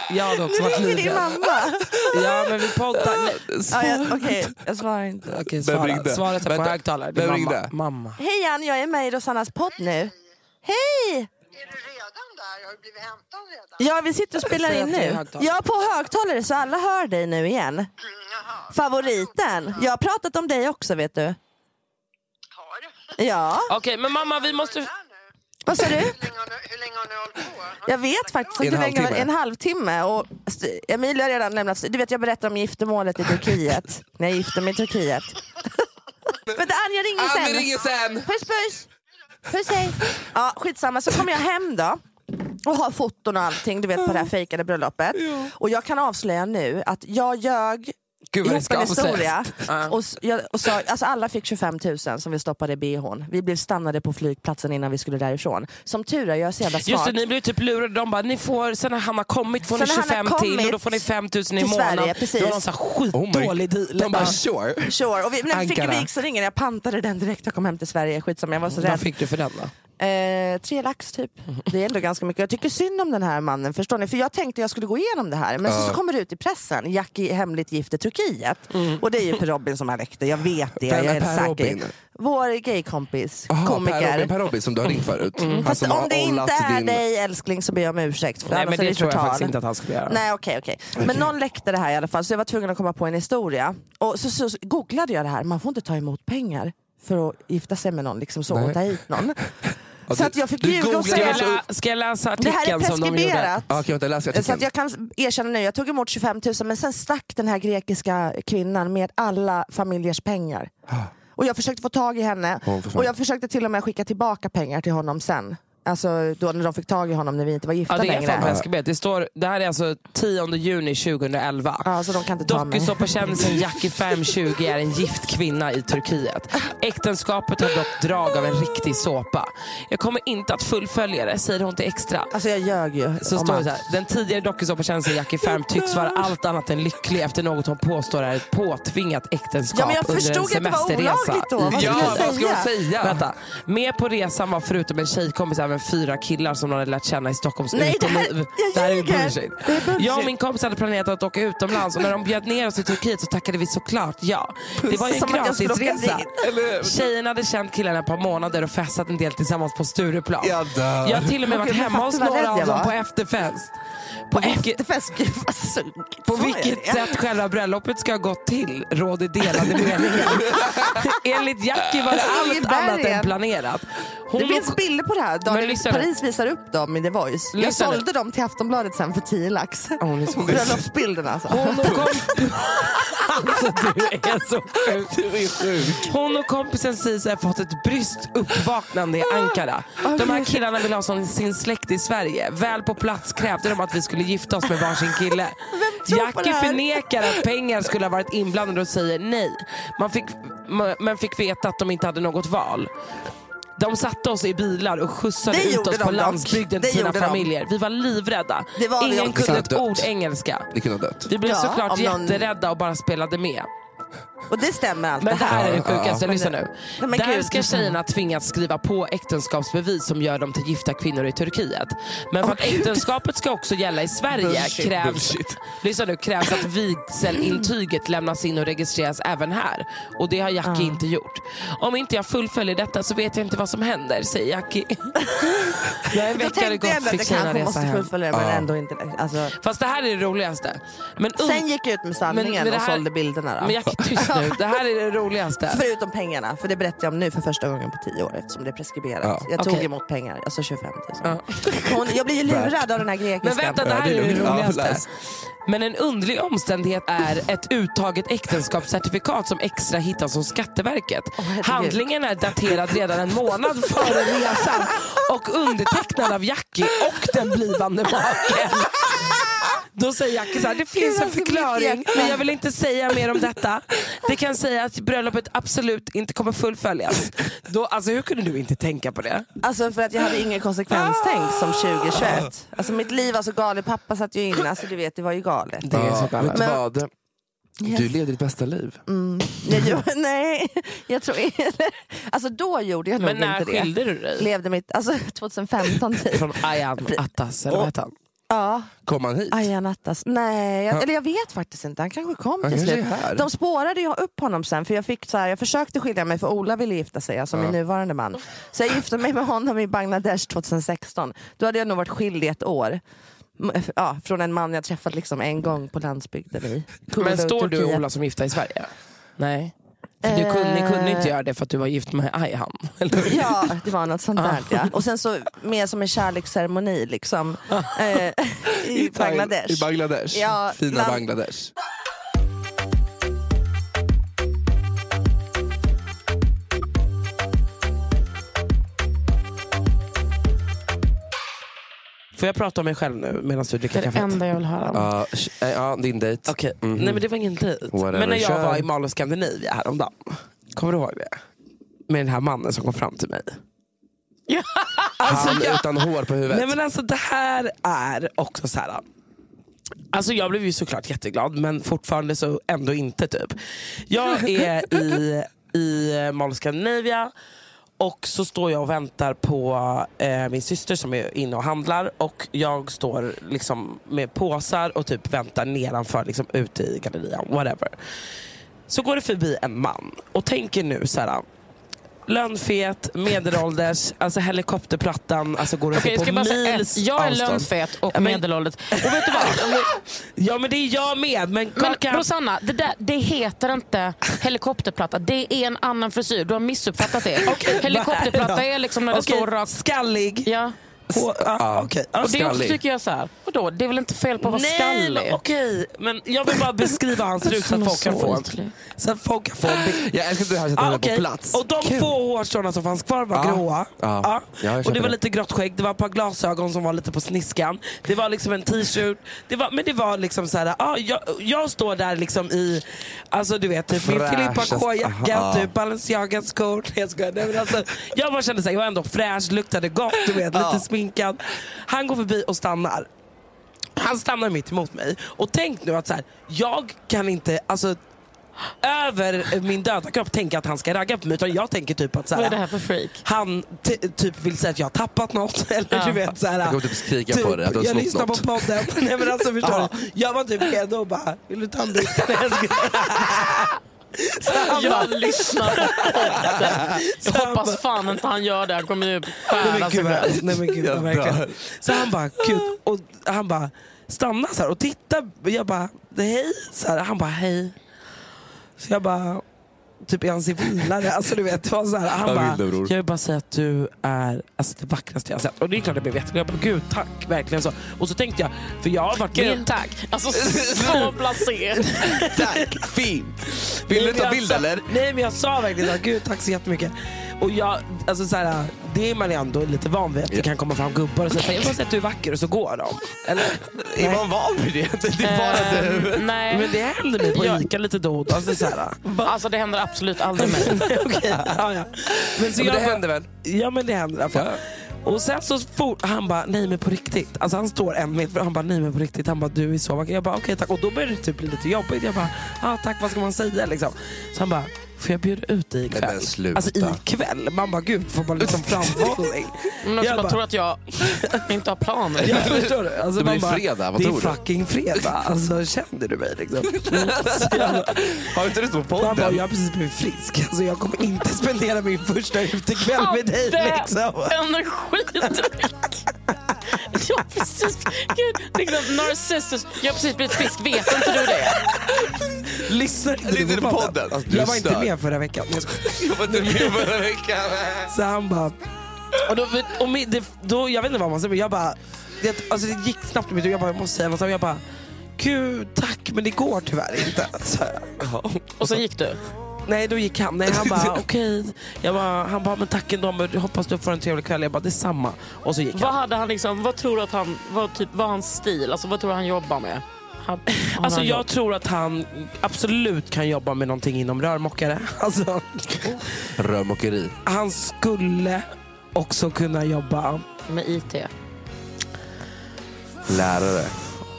H: Jag hade också
K: Nu
H: varit
K: ringer din
H: livrädd.
K: mamma.
H: Ja men vi poddar. Nej,
K: Ja, jag, okej, jag svarar inte.
H: Okej,
G: Vem
H: svara.
G: ringde?
H: Svaret är på
G: Vänta,
H: högtalare. Det är
G: vem
H: mamma.
G: ringde?
H: mamma.
K: Hej Ann, jag är med i Rosannas podd nu. Hej! Ja, vi sitter och spelar in
H: Säg att det är
K: nu.
H: högtalare.
K: Jag är på högtalare så alla hör dig nu
M: Mm,
K: igen. Favoriten. Jag har pratat om dig också vet du. Ja,
H: Okej men mamma vi måste...
K: vad sa du?
M: Hur länge har ni hållit på?
K: Jag vet faktiskt
G: En
K: inte hur länge det var. En
G: halvtimme.
K: halvtimme. Och st- Emilia har redan lämnat. Du vet jag berättade om giftermålet i Turkiet. När jag gifte mig i Turkiet. Vänta Ann, jag ringer
G: Ah,
K: sen.
G: vi ringer sen.
K: Puss puss! Puss hej! Ja, skitsamma, så kommer jag hem då och har foton och allting du vet på det här fejkade bröllopet. Och jag kan avslöja nu att jag ljög
H: Gud vad det
K: ihop
H: ska
K: en historia.
H: avslöjas. Ja.
K: Och, s- jag, och sa, alltså alla fick 25 000 som vi stoppade i bhn. Vi blev stannade på flygplatsen innan vi skulle därifrån. Som tur är, jag är så jävla smart.
H: Just det, ni blev typ lurade. De bara, ni får, sen när han har kommit får
K: Sen
H: ni
K: när han har
H: 25 till och då får ni 5 000 i
K: till Sverige,
H: månaden.
K: precis.
H: Det var någon sån här skitdålig deal.
G: De bara
H: Ja.
G: sure.
K: Sure. Och vi, liksom- när vi fick
H: Ankara.
K: vigselringen, jag pantade den direkt jag kom hem till Sverige. Skitsamma, jag var så
H: Vad
K: rädd.
H: fick du för den då?
K: Eh, tre lax typ. Det gäller ganska mycket. Jag tycker synd om den här mannen, förstår ni? För jag tänkte jag skulle gå igenom det här, men så,
G: Ja.
K: så kommer det ut i pressen. Jackie hemligt gift i Turkiet. Och det är ju Per Robin som har läckt det, jag vet det.
G: Mm. Vem
K: jag
G: är
K: är
G: Per
K: säker.
G: Robin?
K: Vår gaykompis,
G: Jaha, Per
K: komiker.
G: Robin, per Robin som du har
H: Mm.
G: ringt förut. Han
K: Mm. Fast
G: som har
K: om det inte
G: ollat
K: är
G: din-
K: dig älskling så ber jag om ursäkt. För
H: Nej,
K: annars
H: men
K: är
H: det tror jag
K: förtal.
H: faktiskt inte att han skulle göra.
K: Nej okej okej. Men någon läckte det här i alla fall så jag var tvungen att komma på en historia. Och så, så, så googlade jag det här, man får inte ta emot pengar för att gifta sig med någon liksom så och ta hit någon. så att jag fick ljuga och
H: Ska
K: säga...
H: jag,
G: alltså-
H: lä- ska jag läsa
K: Det här är
H: artikeln som de gjorde?
K: preskriberat.
H: artikeln.
K: så att jag kan erkänna nu, jag tog emot 25 000 men sen stack den här grekiska kvinnan med alla familjers pengar. Och jag försökte få tag i henne
G: Ah. Hon försvann.
K: och jag försökte till och med skicka tillbaka pengar till honom sen. Alltså då när de fick tag i honom när vi inte var gifta
H: Ja, det är
K: längre.
H: fan preskriberat. Det, står, det här är alltså 10 juni 2011.
K: Ja, så de kan inte ta mig.
H: Dokusåpakändisen Jackie 520 är en gift kvinna i Turkiet. Äktenskapet har dock drag av en riktig såpa. Jag kommer inte att fullfölja det, säger hon till Extra.
K: Alltså jag ljög ju.
H: Så står
K: om
H: det
K: allt.
H: så här, den tidigare dokusåpakändisen Jackie 5 tycks vara allt annat än lycklig efter något hon påstår är ett påtvingat äktenskap
K: Ja, men jag
H: under en
K: förstod att det var
H: semesterresa.
K: olagligt då. Vad skulle
H: ja,
K: jag
H: vad ska
K: säga?
H: hon säga? Vänta. Med på resan var förutom en tjejkompis även fyra killar som de hade lärt känna i Stockholms
K: Nej, det här-
H: uteliv.
K: jag
H: Det här är ju
K: ljuger.
H: bullshit.
K: Det är bullshit.
H: Jag och min kompis hade planerat att åka utomlands och när de bjöd ner oss i Turkiet så tackade vi såklart ja. Det var ju en
K: Som att jag skulle åka
H: gratisresa.
K: dit, eller hur?
H: Tjejerna hade känt killarna ett par månader och festat en del tillsammans på Stureplan.
G: Jag dör.
H: Jag har till och med varit
K: Okej, men
H: hemma hos
K: fattar vad rädd
H: några av
K: jag
H: dem
K: var.
H: på efterfest. På, e-
K: efterfest? Gud vad sunkigt.
H: På
K: Sa jag
H: vilket
K: det?
H: sätt själva bröllopet ska ha gått till råder delade meningar. Enligt Jackie var det
K: Alltså,
H: allt annat än
K: Bergen.
H: planerat. Hon
K: det finns
H: låg-
K: bilder på det här. Daniel
H: lyssna nu.
K: Paris visar upp dem i The Voice. Jag
H: Lyssna nu.
K: sålde dem till Aftonbladet sen för 10 lax.
H: hon är så sjuk.
K: Bröllopsbilderna alltså.
H: Hon och, kom... alltså, du är så sjuk. Hon och kompisen Sis har fått ett bryskt uppvaknande
K: Ah.
H: i Ankara. De här killarna vill ha som sin släkt i Sverige. Väl på plats krävde de att vi skulle gifta oss med varsin kille.
F: tror på det
H: Jackie
F: här?
H: förnekar att pengar skulle ha varit inblandade och säger nej. Man fick, ma- men fick veta att de inte hade något val. De satte oss i bilar och skjutsade
K: Det
H: ut
K: gjorde
H: oss
K: de
H: på
K: dock.
H: landsbygden till
K: Det
H: sina
K: gjorde de.
H: familjer. Vi var livrädda.
K: Det var vi
H: Ingen
K: också.
H: kunde ett
G: Dött.
H: ord engelska.
G: Det kunde ha dött.
H: Vi blev
K: Ja,
H: såklart
K: om någon-
H: jätterädda och bara spelade med.
K: Och det stämmer allt
H: Men det här är det
G: Ja,
H: sjukaste,
G: ja.
H: lyssna nu.
K: Nej, men
H: Där
K: gud.
H: ska tjejerna tvingas skriva på äktenskapsbevis som gör dem till gifta kvinnor i Turkiet. Men för att äktenskapet ska också gälla i Sverige
G: Bullshit,
H: krävs,
G: bullshit.
H: lyssna nu, krävs att vigselintyget lämnas in och registreras även här. Och det har Jackie inte gjort. Om inte jag fullföljer detta så vet jag inte vad som händer, säger Jackie. När en
K: Jag
H: vecka hade
K: tänkte
H: gått
K: ändå att
H: fick
K: jag
H: tjejerna
K: kanske
H: resa
K: måste
H: hem.
K: fullfölja det men
G: Ja.
K: ändå inte. Alltså,
H: Fast det här är det roligaste. Men un-
K: sen gick jag ut med sanningen
H: det
K: och
H: här-
K: sålde bilderna. Då.
H: Men Jackie, tyst nu. Det här är det roligaste.
K: Förutom pengarna, för det berättar jag om nu för första gången på tio år eftersom det är preskriberat.
H: Ja.
K: Jag tog
H: Okej.
K: emot pengar, alltså 25 000. Hon, jag blir ju lurad av den här grekiska.
H: Men vänta, det här är det roligaste. Men en underlig omständighet är ett uttaget äktenskapscertifikat som extra hittas hos Skatteverket. Handlingen är daterad redan en månad före resan och undertecknad av Jackie och den blivande maken. Då säger Jackie så här, det finns
K: alltså,
H: en förklaring men jag vill inte säga mer om detta. Det kan säga att bröllopet absolut inte kommer fullföljas. Då, alltså hur kunde du inte tänka på det?
K: Alltså för att jag hade ingen konsekvenstänk
H: Ah!
K: som 2021. Alltså mitt liv var så galet, pappa satt ju in, alltså du vet det var ju galet.
H: Det är så
G: Ja, vet
H: galet.
G: du
K: Men-
G: vad? Du levde ditt bästa liv.
K: Nej, jo, nej, jag tror inte... Alltså då gjorde jag
H: Men
K: nog
H: när
K: inte det.
H: skilde du dig?
K: Levde mitt, alltså 2015 typ.
H: Från Ayan Attas, eller vad heter han?
K: Ja,
G: Kom han hit?
K: Ayan Attas. Nej,
G: Ja.
K: jag, eller jag vet faktiskt inte. Han kanske kom
G: Han
K: till
G: kanske
K: slut.
G: är här.
K: De spårade ju upp honom sen för jag fick så här, jag försökte skilja mig för Ola ville gifta sig, alltså min nuvarande man. Så jag gifte mig med honom i Bangladesh 2016. Då hade jag nog varit skild i ett år. M- Ja, från en man jag träffat liksom en gång på landsbygden i
H: Men står du och
K: Turkiet.
H: Ola som gifta i Sverige? Nej. För du kunde, ni kunde
J: eh.
H: inte göra det för att du var gift med Ayhan. eller hur?
K: Ja, det var något sånt där. Ja. Och sen så mer som en kärleksceremoni liksom. eh, I Bangladesh.
G: I Bangladesh.
K: Ja,
G: Fina
K: land-
G: Bangladesh.
H: Får jag prata om mig själv nu medan du dricker kaffet?
J: jag vill höra.
G: Ja, sh- eh, ja, din dejt.
H: Okej,
G: Mhm.
H: nej men det var ingen dejt.
G: Whatever,
H: Men när jag
G: kör.
H: var i Mall of Scandinavia häromdagen, kommer du ihåg det? Med den här mannen som kom fram till mig. Alltså,
G: Han Alltså, utan hår på huvudet.
H: Nej men alltså det här är också så här. Alltså jag blev ju såklart jätteglad men fortfarande så ändå inte typ. Jag är i, i Mall of eh, Scandinavia Och så står jag och väntar på eh, min syster som är inne och handlar och jag står liksom med påsar och typ väntar nedanför, liksom ute i gallerian, whatever. Så går det förbi en man och tänker nu så här. Lönnfet, medelålders, alltså helikopterplattan alltså går att
N: Okej,
H: se på
N: jag ska bara säga
H: mils
N: ett. Jag är
H: avstånd.
N: lönnfet och
H: Ja, men-
N: medelålders.
H: Och vet du vad? ja men det är jag med. Men,
N: Men
H: kaka-
N: Rosanna, det, där, det heter inte helikopterplatta. Det är en annan frisyr. Du har missuppfattat det.
H: Okej, vad
N: helikopterplatta
H: är det då?
N: är liksom när det
H: Okej,
N: står rakt...
H: Skallig.
N: Ja.
H: På, ah, okay.
N: Och det är också, tycker jag så här, vadå, det är väl inte fel på att vara
H: Nej,
N: skallig?
H: men okej. Men jag vill bara beskriva hans
N: Det
H: rut så att
N: var
H: folk kan
N: Alltså, så
H: få
N: ytlig.
H: Så att folk kan få en bild.
G: Jag älskar att du har satt henne på
H: Ah, okej.
G: plats.
H: Och de få hårstråna som fanns kvar var
G: Ja.
H: gråa.
G: Ja.
H: Ja.
G: Ja, jag
H: och det
G: köper
H: var
G: det.
H: lite grått skägg, det var ett par glasögon som var lite på sniskan. Det var liksom en t-shirt. Det var, men det var liksom så här, ah, jag, jag står där liksom i, alltså du vet, typ min
G: Fräschast.
H: Filippa K-jacka,
G: Aha.
H: typ Balenciagas skor. Nej, Jag skojar. Nej, men alltså, jag bara kände såhär, jag var ändå fräsch, luktade gott, du vet, lite sminkad. Han går förbi och stannar. Han stannar mitt emot mig. Och tänk nu att så här, jag kan inte, alltså över min döda kropp tänka att han ska ragga på mig utan jag tänker typ att så här,
N: Vad är det här för freak?
H: han t- typ vill säga att jag har tappat något eller du vet så här,
G: Jag kommer typ skrika på dig att du har
H: jag
G: snott
H: lyssnar på
G: något.
H: podden. Nej men alltså förstår
G: Ja.
H: du? Jag var typ redo och bara, vill du ta en bit? Nej, jag skojar. Så han bara-
N: Jag lyssnar på podden. Jag hoppas fan inte han gör det. Han kommer ju
H: Nej
N: skära
H: men
N: sig
H: gud,
N: själv.
H: vad- nej, men gud
N: Ja,
H: ja,
N: bra.
H: verkligen. Så han bara, gud. Och han bara, stanna så här och titta. Jag bara, hej. Så här, han bara, hej. Så jag bara, typ är han civilare? Alltså du vet, det var så här. Han
G: Jag
H: bara,
G: vill det, bror.
H: jag vill bara säga att du är alltså, det vackraste jag har sett. Och det är klart jag blev jätteglad. Jag bara, gud tack, verkligen så. Och så tänkte jag, för jag har varit
N: Gud, tack. Alltså så blasé.
H: Tack, fint.
G: Vill
H: Nej,
G: du ta
H: men jag
G: bild,
H: sa-
G: eller?
H: Nej men jag sa verkligen att gud tack så jättemycket. Och jag, alltså så här, det är man ju ändå lite van vid att det kan komma fram gubbar och säga jag har sett att du är vacker och så går de. Eller? Ehm,
G: Är man van vid det? Det är bara du.
N: Ehm, nej.
H: Men det händer mig på
N: Jag-
H: Ica lite då och då. Alltså, så här.
N: Alltså det händer absolut aldrig mig.
H: Okej, ja, ja. Men,
G: Ja, men det
H: händer väl? Ja men det händer i alla fall. Och sen så fort han bara, nej men på riktigt. Alltså han står en meter fram, han bara, nej men på riktigt. Han bara, du är så vacker. Jag bara, okej tack. Och då börjar det typ bli lite jobbigt. Jag bara, ah, tack vad ska man säga liksom. Så han bara, får jag bjuda ut dig ikväll?
G: men sluta.
H: Alltså ikväll? Man bara, gud får man liksom framförhållning?
N: Någon som
H: Jag
N: bara
H: bara-
N: alltså, tror att jag inte har planer.
H: Jag förstår det. Alltså,
G: Det blir
H: man bara,
G: fredag, vad
H: det
G: tror du?"
H: är fucking fredag. Alltså känner du mig liksom?
G: Mm. Har inte du stått på
H: Han bara,
G: podden?
H: jag har precis blivit frisk. Alltså, jag kommer inte spendera min första utekväll med dig. Liksom.
N: Energidryck. Jag har precis, gud, liksom narcissus. Jag har precis blivit frisk, vet inte du det?
H: Lyssnar inte du
G: Lyssnar du
H: på
G: på
H: podden?
G: podden? Alltså, du
H: jag var inte
G: stör.
H: med förra veckan. Jag skojar.
G: Jag var inte med förra veckan.
H: Så han bara... Och då, och min, det, då, jag vet inte vad man säger, men jag bara... Det, alltså det gick snabbt i mitt huvud. Jag bara, jag måste säga något. Och jag bara, gud tack, men det går tyvärr inte. Så, här.
N: Och så gick du.
H: nej, då gick han. Nej, han bara, okej. Jag bara, han bara, men tack ändå. Men jag hoppas du får en trevlig kväll. Jag bara, detsamma. Och så gick
N: Vad
H: han.
N: hade han liksom, vad tror du att han, vad typ, vad hans stil, alltså vad tror du han jobbar med? Han, har
H: Alltså
N: han
H: jag
N: jobb?
H: tror att han absolut kan jobba med någonting inom rörmokare. Alltså,
G: Rörmokeri.
H: han skulle också kunna jobba
N: med IT.
G: Lärare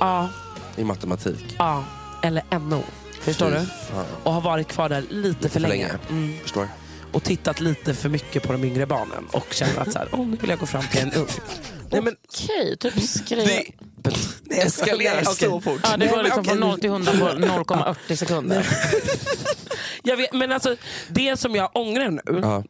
H: Ja,
G: i matematik.
H: ja. Eller NO. Förstår
G: Fy
H: du?
G: fan.
H: Och har varit kvar där lite för
G: för
H: länge.
G: länge.
H: Mm.
G: Förstår.
H: Och tittat lite för mycket på de yngre barnen. Och känner att så här, oh, nu vill jag gå fram till en ung. Nej, men,
N: Okej, typ skriva.
G: Det det eskalerar
H: Nej, okej.
G: så fort.
N: ja, det
H: Nej,
N: går
H: men
N: liksom från
H: okej.
N: 0 till 100 på 0,80 sekunder.
H: jag vet, men alltså, det som jag ångrar nu.
G: Ja.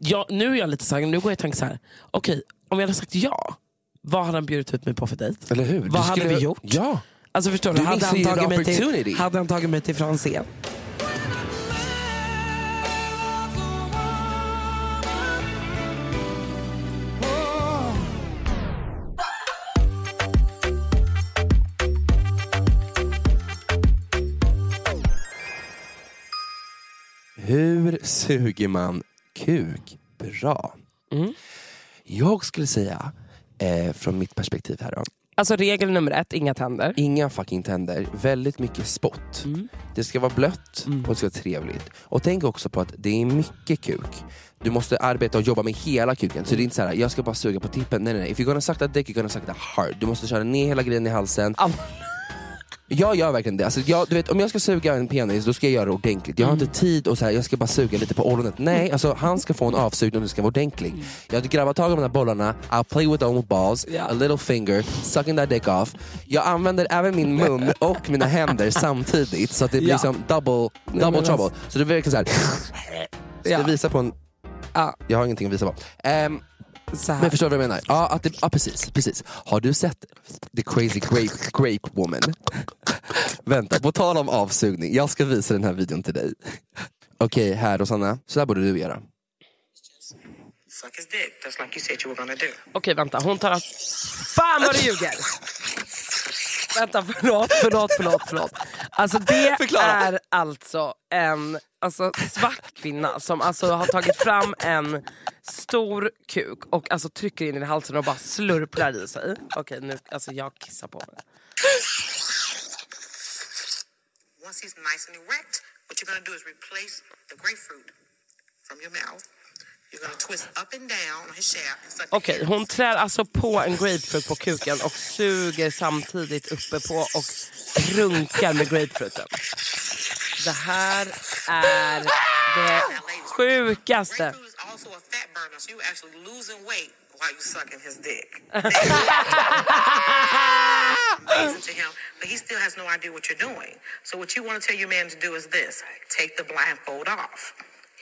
H: Jag, nu är jag lite så här, nu går jag och tänker så här. Okej, om jag hade sagt ja. Vad hade han bjudit ut mig på för dejt?
G: Eller hur? Du
H: Vad hade
G: skulle-
H: vi gjort?
G: Ja.
H: Alltså förstår du?
G: Du
H: Hade
G: missar
H: han,
G: ju
H: tagit
G: the
H: mig
G: opportunity.
H: till, hade han tagit mig till Franzén?
G: Hur suger man kuk bra?
H: Mm.
G: Jag skulle säga, eh, från mitt perspektiv här då.
H: Alltså regel nummer ett, inga tänder.
G: Inga fucking tänder, väldigt mycket spott.
H: Mm.
G: Det ska vara blött och det ska vara trevligt. Och tänk också på att det är mycket kuk. Du måste arbeta och jobba med hela kuken. Så det är inte så här, jag ska bara suga på tippen. Nej, nej, nej. If you're gonna suck that dick, you're gonna suck that hard. Du måste köra ner hela grejen i halsen. Jag gör verkligen det. Alltså, jag, du vet, om jag ska suga en penis, då ska jag göra det ordentligt. Jag
H: Mm.
G: har inte tid och så här, jag ska bara suga lite på ollonet. Nej, alltså, han ska få en avsugning och det ska vara ordentlig.
H: Mm.
G: Jag grabbar tag i de här bollarna, I'll play with them with balls, a little finger, sucking that dick off. Jag använder även min mun och mina händer samtidigt så att det blir
H: Ja.
G: som double,
H: men
G: double
H: alltså-
G: trouble. Så det blir verkligen så här. Så det visar på en... Jag har ingenting att visa på. Ehm, men förstår du vad jag menar? Ja, att det, ja precis, precis. Har du sett The Crazy Grape, grape Woman? Vänta, på tal om avsugning. Jag ska visa den här videon till dig. Okej, här Rosanna. Så här borde du göra.
N: Suck his dick, just like you said you were gonna do.
H: Okej, vänta. Hon tar... Fan vad du ljuger! Vänta, förlåt, förlåt, förlåt. förlåt. Alltså det är alltså en alltså, svart kvinna som alltså har tagit fram en stor kuk och alltså trycker in den i halsen och bara slurplar i sig. Okej, nu, alltså jag kissar på mig.
M: Once he's nice and erect, what you're gonna do is replace the grapefruit from your mouth. You're gonna twist up and down on his shaft and suck
H: Okej, hon trär alltså på en grapefruit på kuken och suger samtidigt uppe på och runkar med grapefruiten. Det här är det sjukaste.
M: Grapefruit is also a fat burner, so you're actually losing weight while you're sucking his dick. Amazing to him, but he still has no idea what you're doing. So what you want to tell your man to do is this: take the blindfold off.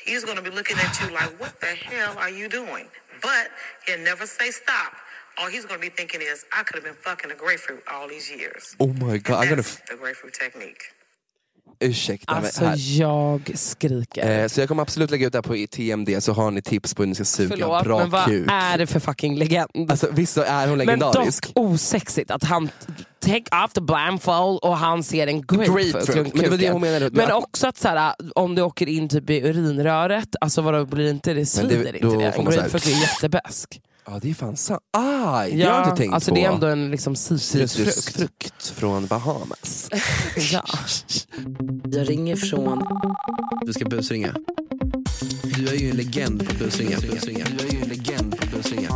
M: He's gonna be looking at you like, "What the hell are you doing?" But he'll never say stop. All he's gonna be thinking is, "I could have been fucking a grapefruit all these years."
G: Oh my god, I'm gonna
M: That's the grapefruit technique.
G: Ursäkta
H: Alltså,
G: mig. Här.
H: jag skriker.
G: Eh, så jag kommer absolut lägga ut det här på TMD så har ni tips på hur ni ska suga
H: Förlåt,
G: bra
H: men vad
G: kuk.
H: är det för fucking legend?
G: Alltså, visst så är hon
H: Men dock
G: legendarisk.
H: osexigt att han take off the blindfold och han ser en grapefruit.
G: Grapefruit.
H: runt
G: Men det var det
H: kuken.
G: hon menade.
H: Men också att så här, om det åker in typ i urinröret, alltså vadå, blir inte det
G: Men det-
H: svider
G: då
H: inte det?
G: får
H: En
G: man så här-
H: grapefruit är jättebäsk.
G: Ja, det är fan Ah, sant. Aj, det har jag inte tänkt
H: alltså
G: på.
H: det är ändå en liksom citrusfrukt.
G: Citrusfrukt från Bahamas.
H: ja.
O: Jag ringer från...
G: Du ska busringa. Du är ju en legend på busringa. busringa. Du är ju en legend på busringa.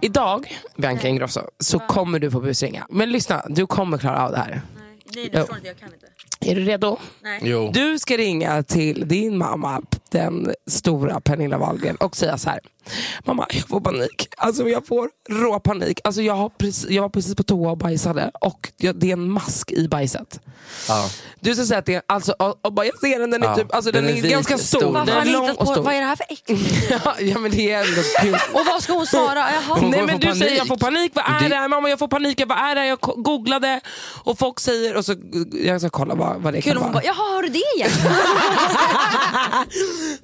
H: Idag, Bianca Ingrosso, så kommer du på busringa. Men lyssna, du kommer klara av det här.
I: Nej,
H: Jo.
I: du förstår inte, jag kan inte.
H: Är du redo?
I: Nej.
H: Du ska ringa till din mamma, den stora Pernilla Wahlgren, och säga så här. Mamma, jag får panik. Alltså jag får rå panik. Alltså, jag, har precis, jag var precis på toa och bajsade och jag, det är en mask i bajset.
G: Ja.
H: Du ska säga att det är, alltså, och, och bara, jag ser den, den är,
G: Ja.
H: typ, alltså, den
G: Den är
H: är,
G: vit,
H: ganska stor.
G: stor.
H: Den
I: Varför har
H: är
I: ni
H: lång
I: hittat
H: och
I: på,
H: stor.
I: vad är det här för äckligt?
H: ja men det är ändå kul.
I: Och vad ska hon svara? Jaha.
H: Nej men du säger jag får panik,
I: panik.
H: vad är
I: Det-
H: det här? Mamma jag får panik, jag, vad är det här? Jag ko- googlade och folk säger och så, jag ska kolla vad, vad det
I: Kul
H: kan vara.
I: om hon bara, jaha har du det igen?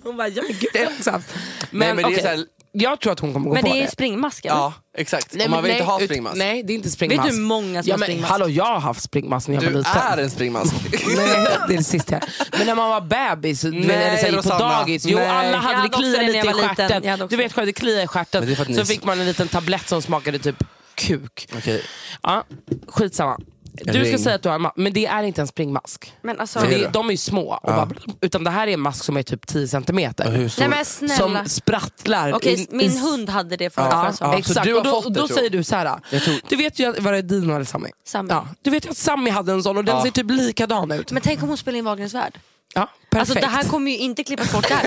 H: hon bara, ja men gud det är exakt. Men,
G: Nej, men det är
H: okej.
G: så här-
H: jag tror att hon kommer gå
I: Men
H: på
I: det är
H: det.
I: ju springmasken.
G: Ja, exakt. Och man vill inte ha
H: ut-
G: springmask.
H: Nej, det är inte springmask.
I: Vet du hur många som
H: ja,
I: har
H: men
I: springmask?
H: Hallå, jag har haft springmask när jag
G: Du
H: var liten.
G: är en springmask.
H: nej, det är det sista jag... Men när man var bebis, nej,
G: Nej,
H: eller så här, gick på
G: Rosanna.
H: dagis. Jo,
G: Nej.
H: alla
G: Jag
H: hade
G: hade
H: det
G: också
H: kliade
G: det när jag
H: lite
G: var
H: i
G: liten. Jag
H: stjärten. Du vet själv, det kliar i
G: Men det är för att
H: stjärten.
G: ni-
H: Så fick man en liten tablett som smakade typ kuk.
G: Okej.
H: Ja, skitsamma.
G: En
H: Du ska
G: ring.
H: säga att du har en mask, men det är inte en springmask.
I: Men alltså-
H: För
I: Vad är
H: det,
I: det?
H: de är ju små, och
I: Ja.
H: bara, utan det här är en mask som är typ 10 centimeter.
I: stor? Nej, men snälla.
H: Som sprattlar.
I: Okej,
H: i-
I: min
H: i-
I: hund hade det förut.
H: Ja,
I: för att-
H: exakt. och då, då säger du så här.
I: Jag tror-
H: Du vet ju, att- var det Dino eller Sammy? Ja, du vet ju att Sammy hade en sån och den
I: Ja.
H: ser typ likadan ut.
I: Men tänk om hon spelar in Wagners värld.
H: Ja, perfekt.
I: Alltså det här kommer ju inte klippas bort där.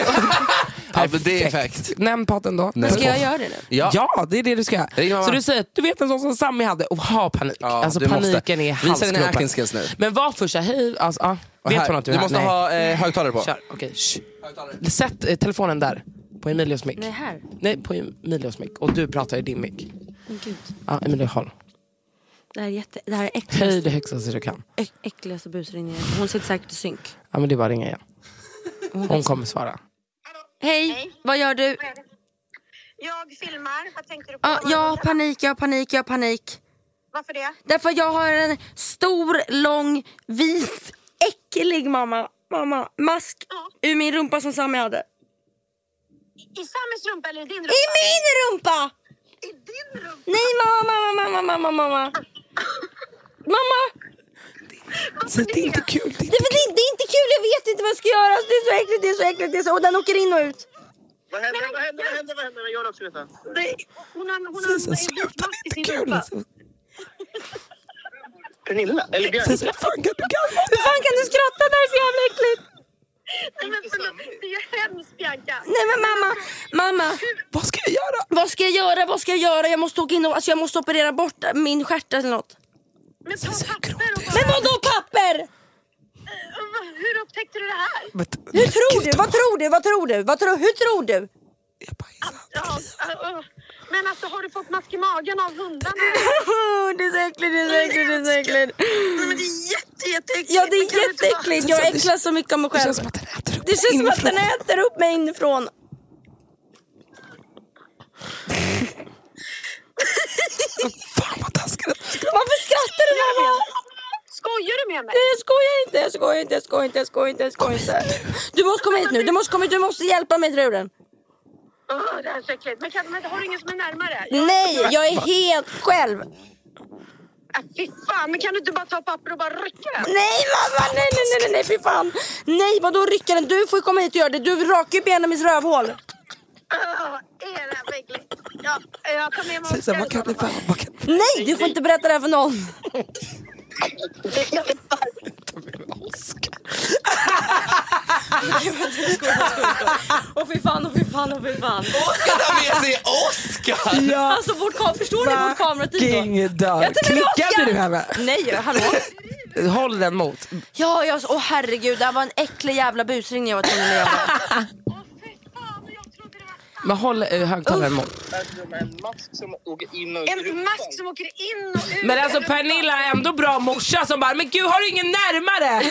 H: det är perfekt. Nämn podden då.
I: Men ska jag göra det nu?
H: Ja. det är det du ska göra.
G: mamma.
H: Så du säger att du vet en sån som Sammy hade och ha panik. alltså
G: du måste.
H: paniken är
G: Visa dina
H: halsgropen.
G: acting skills nu.
H: Men var först såhär, hej. Alltså, ah,
G: Och
H: vet
G: här,
H: hon att du är
G: du
H: här?
G: måste
H: Nej.
G: ha, eh, högtalare på.
H: Kör, okej. shh. Sätt eh, telefonen där. På Emilios mick.
I: Nej, här.
H: Nej, på Emilios mick. Och du pratar i din mick.
I: Men gud,
H: Ja, Emilio, håll.
I: det här är, jätte, det här är
H: Höj
I: äckligaste,
H: det högstaste du kan.
I: äck, äckligaste busringningen. Hon sitter säkert i synk.
H: Ja, men det är bara att ringa igen. Hon kommer svara.
I: Hej, vad gör du?
M: Jag filmar. Vad tänkte du
I: Ja, jag har panik, jag har panik, jag har panik.
M: Varför det?
I: Därför att jag har en stor, lång, vit, äcklig mamma, mamma, mask ur min rumpa som Sami hade.
M: I Samis rumpa eller i din
I: I min rumpa! Nej mamma, mamma, mamma, mamma, mamma. Mamma!
H: Så det är inte kul.
I: Det, det, det är inte kul, jag vet inte vad jag ska göra. Det är så äckligt, det är så äckligt. Det är så, och den åker in och ut.
P: Vad hände? Vad hände? Vad hände? Vad hände? Jag vill också veta.
F: Det, hon har, hon har en vitmakt i sin rumpa.
P: Pernilla? Eller Björn?
F: Hur
P: fan kan du
F: Hur fan kan du skratta? Det här är så jävla äckligt. Nej men förlåt, det är hemskt Bianca.
I: Nej men mamma, mamma.
H: Vad ska jag göra?
I: Vad ska jag göra? Vad ska jag göra? Jag måste åka in och, alltså jag måste operera bort min stjärt eller något.
F: Men ta papper och bara...
I: Men vadå papper?
F: Hur upptäckte du det här?
I: Hur tror du? Vad tror du? Vad tror du? Vad tror, hur tror du?
F: Ja, äh, äh. Men alltså har du fått mask i magen av hundarna?
I: det är så äckligt, det är så äckligt, det är så äckligt.
F: Nej men det är jätte, jätteäckligt.
I: Ja det
F: Men kan
I: är
F: du inte bara-
I: jätteäckligt, jag äcklas så mycket av mig själv. Det känns som att den äter upp, det känns som att den äter upp mig inifrån.
H: Fan vad taskigt.
I: Varför skrattar du mamma?
F: Skojar du med mig?
I: Nej jag skojar inte, jag skojar inte, jag skojar inte, jag skojar inte, jag skojar inte. Du måste komma hit nu, du måste komma hit, du måste hjälpa mig dra ur den.
F: Åh, det här är så äckligt. Men, kan, men har du ingen som är närmare?
I: Nej, jag är helt själv.
F: Äh, fy fan, men kan du inte bara ta papper och bara rycka den?
I: Nej mamma, nej nej nej nej, nej fy fan. Nej vadå rycka den, du får ju komma hit och göra det. Du rakar ju benen i mitt rövhål.
F: Åh, är det här för äckligt? Ja, jag tar med mig Oskar i sådana fall.
I: Nej du får inte berätta det här för någon.
N: Åh fy fan, åh fy fan, åh fy fan.
G: Oskar tar med sig Oskar!
N: Alltså vårt kam- förstår ni vårt kamerateam då?
H: Fucking dörr.
I: typ Jag tar med Oscar.
H: Klickade du henne?
I: Nej, hallå?
H: Håll den mot.
I: Ja, jag, åh herregud, det här var en äcklig jävla busring jag var tvungen att göra.
H: Men håll eh, högtalaren mot.
P: En mask som åker in och ut.
F: En mask som åker in och ut.
H: Men alltså Pernilla är ändå bra morsa som bara, men gud har du ingen närmare?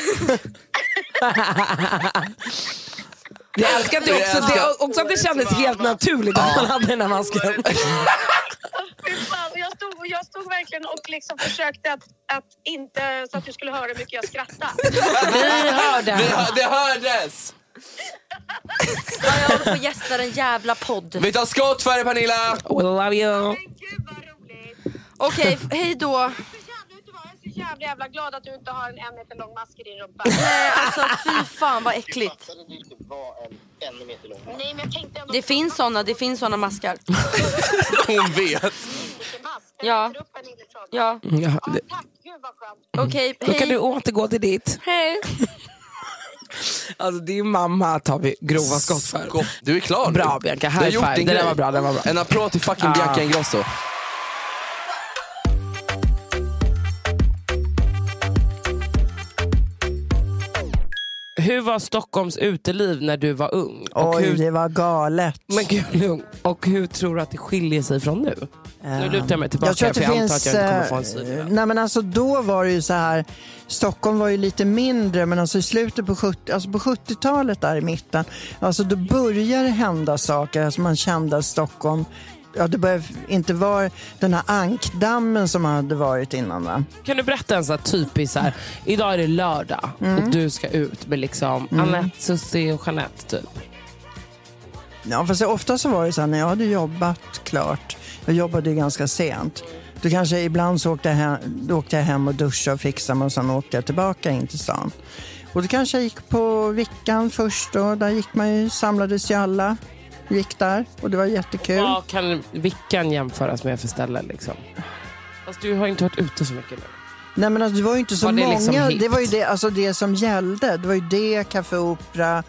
H: Jag älskar att det också, det, också att det kändes helt naturligt att man hade den här masken.
F: Fy fan, och jag, stod, och jag stod verkligen och liksom försökte att, att inte så att du skulle höra hur mycket jag skrattade.
H: Vi hörde.
G: Vi hör, det hördes!
I: Ja, jag håller på att gästa den jävla podd.
G: Vi tar skott för dig Pernilla!
H: We love you.
I: Okej, f- hej då.
F: så jävla, jävla glad att du inte har en en meter lång mask i din rumpa.
I: Nej, alltså fy fan vad äckligt.
P: En meter lång.
F: Nej, men jag tänkte ändå...
I: Det finns såna, det finns såna maskar.
G: Hon vet.
I: Ja. Ja.
H: Ja, det-
I: Okej,
H: Då kan
I: hej.
H: du återgå till ditt.
I: Hej.
H: Alltså din mamma tar vi grova skott för.
G: Du är klar nu.
H: Bra Bianca,
G: Du har
H: high
G: gjort
H: five.
G: din
H: Det där
G: grej.
H: var bra, det var bra. Ah.
G: En applåd till fucking
H: Ja.
G: Bianca Ingrosso.
H: Hur var Stockholms uteliv när du var ung? Och
K: Oj,
H: hur
K: det var galet.
H: Men gud, lugn. Och hur tror du att det skiljer sig från nu? Nu lutar jag mig
Q: Ehm,
H: tillbaka
Q: Jag tror att det
H: för jag
Q: finns...
H: antar att jag inte kommer få en
Q: eh,
H: syl.
Q: nej men alltså då var det ju så här, Stockholm var ju lite mindre men alltså i slutet på 70, alltså på 70-talet där i mitten, alltså då började det hända saker, alltså man kände att Stockholm, ja det började inte vara den här ankdammen som hade varit innan va?
H: Kan du berätta en sån här typisk, så här, idag är det lördag och du ska ut med liksom
Q: Mm.
H: Anette, Susie och Jeanette typ.
Q: Ja, fast ofta så var det så här när jag hade jobbat klart, jag jobbade ju ganska sent, då kanske ibland så åkte jag hem, då åkte jag hem och duschade och fixade mig och sen åkte jag tillbaka in till stan. Och då kanske jag gick på Vickan först då, där gick man ju, samlades ju alla, gick där och det var jättekul.
H: Vad kan Vickan jämföras med för ställe liksom? Fast du har inte varit ute så mycket nu.
Q: Nej men alltså, det var ju inte så
H: Var det
Q: många,
H: liksom hippt?
Q: det var ju det, alltså, det som gällde, det var ju det, Café Opera,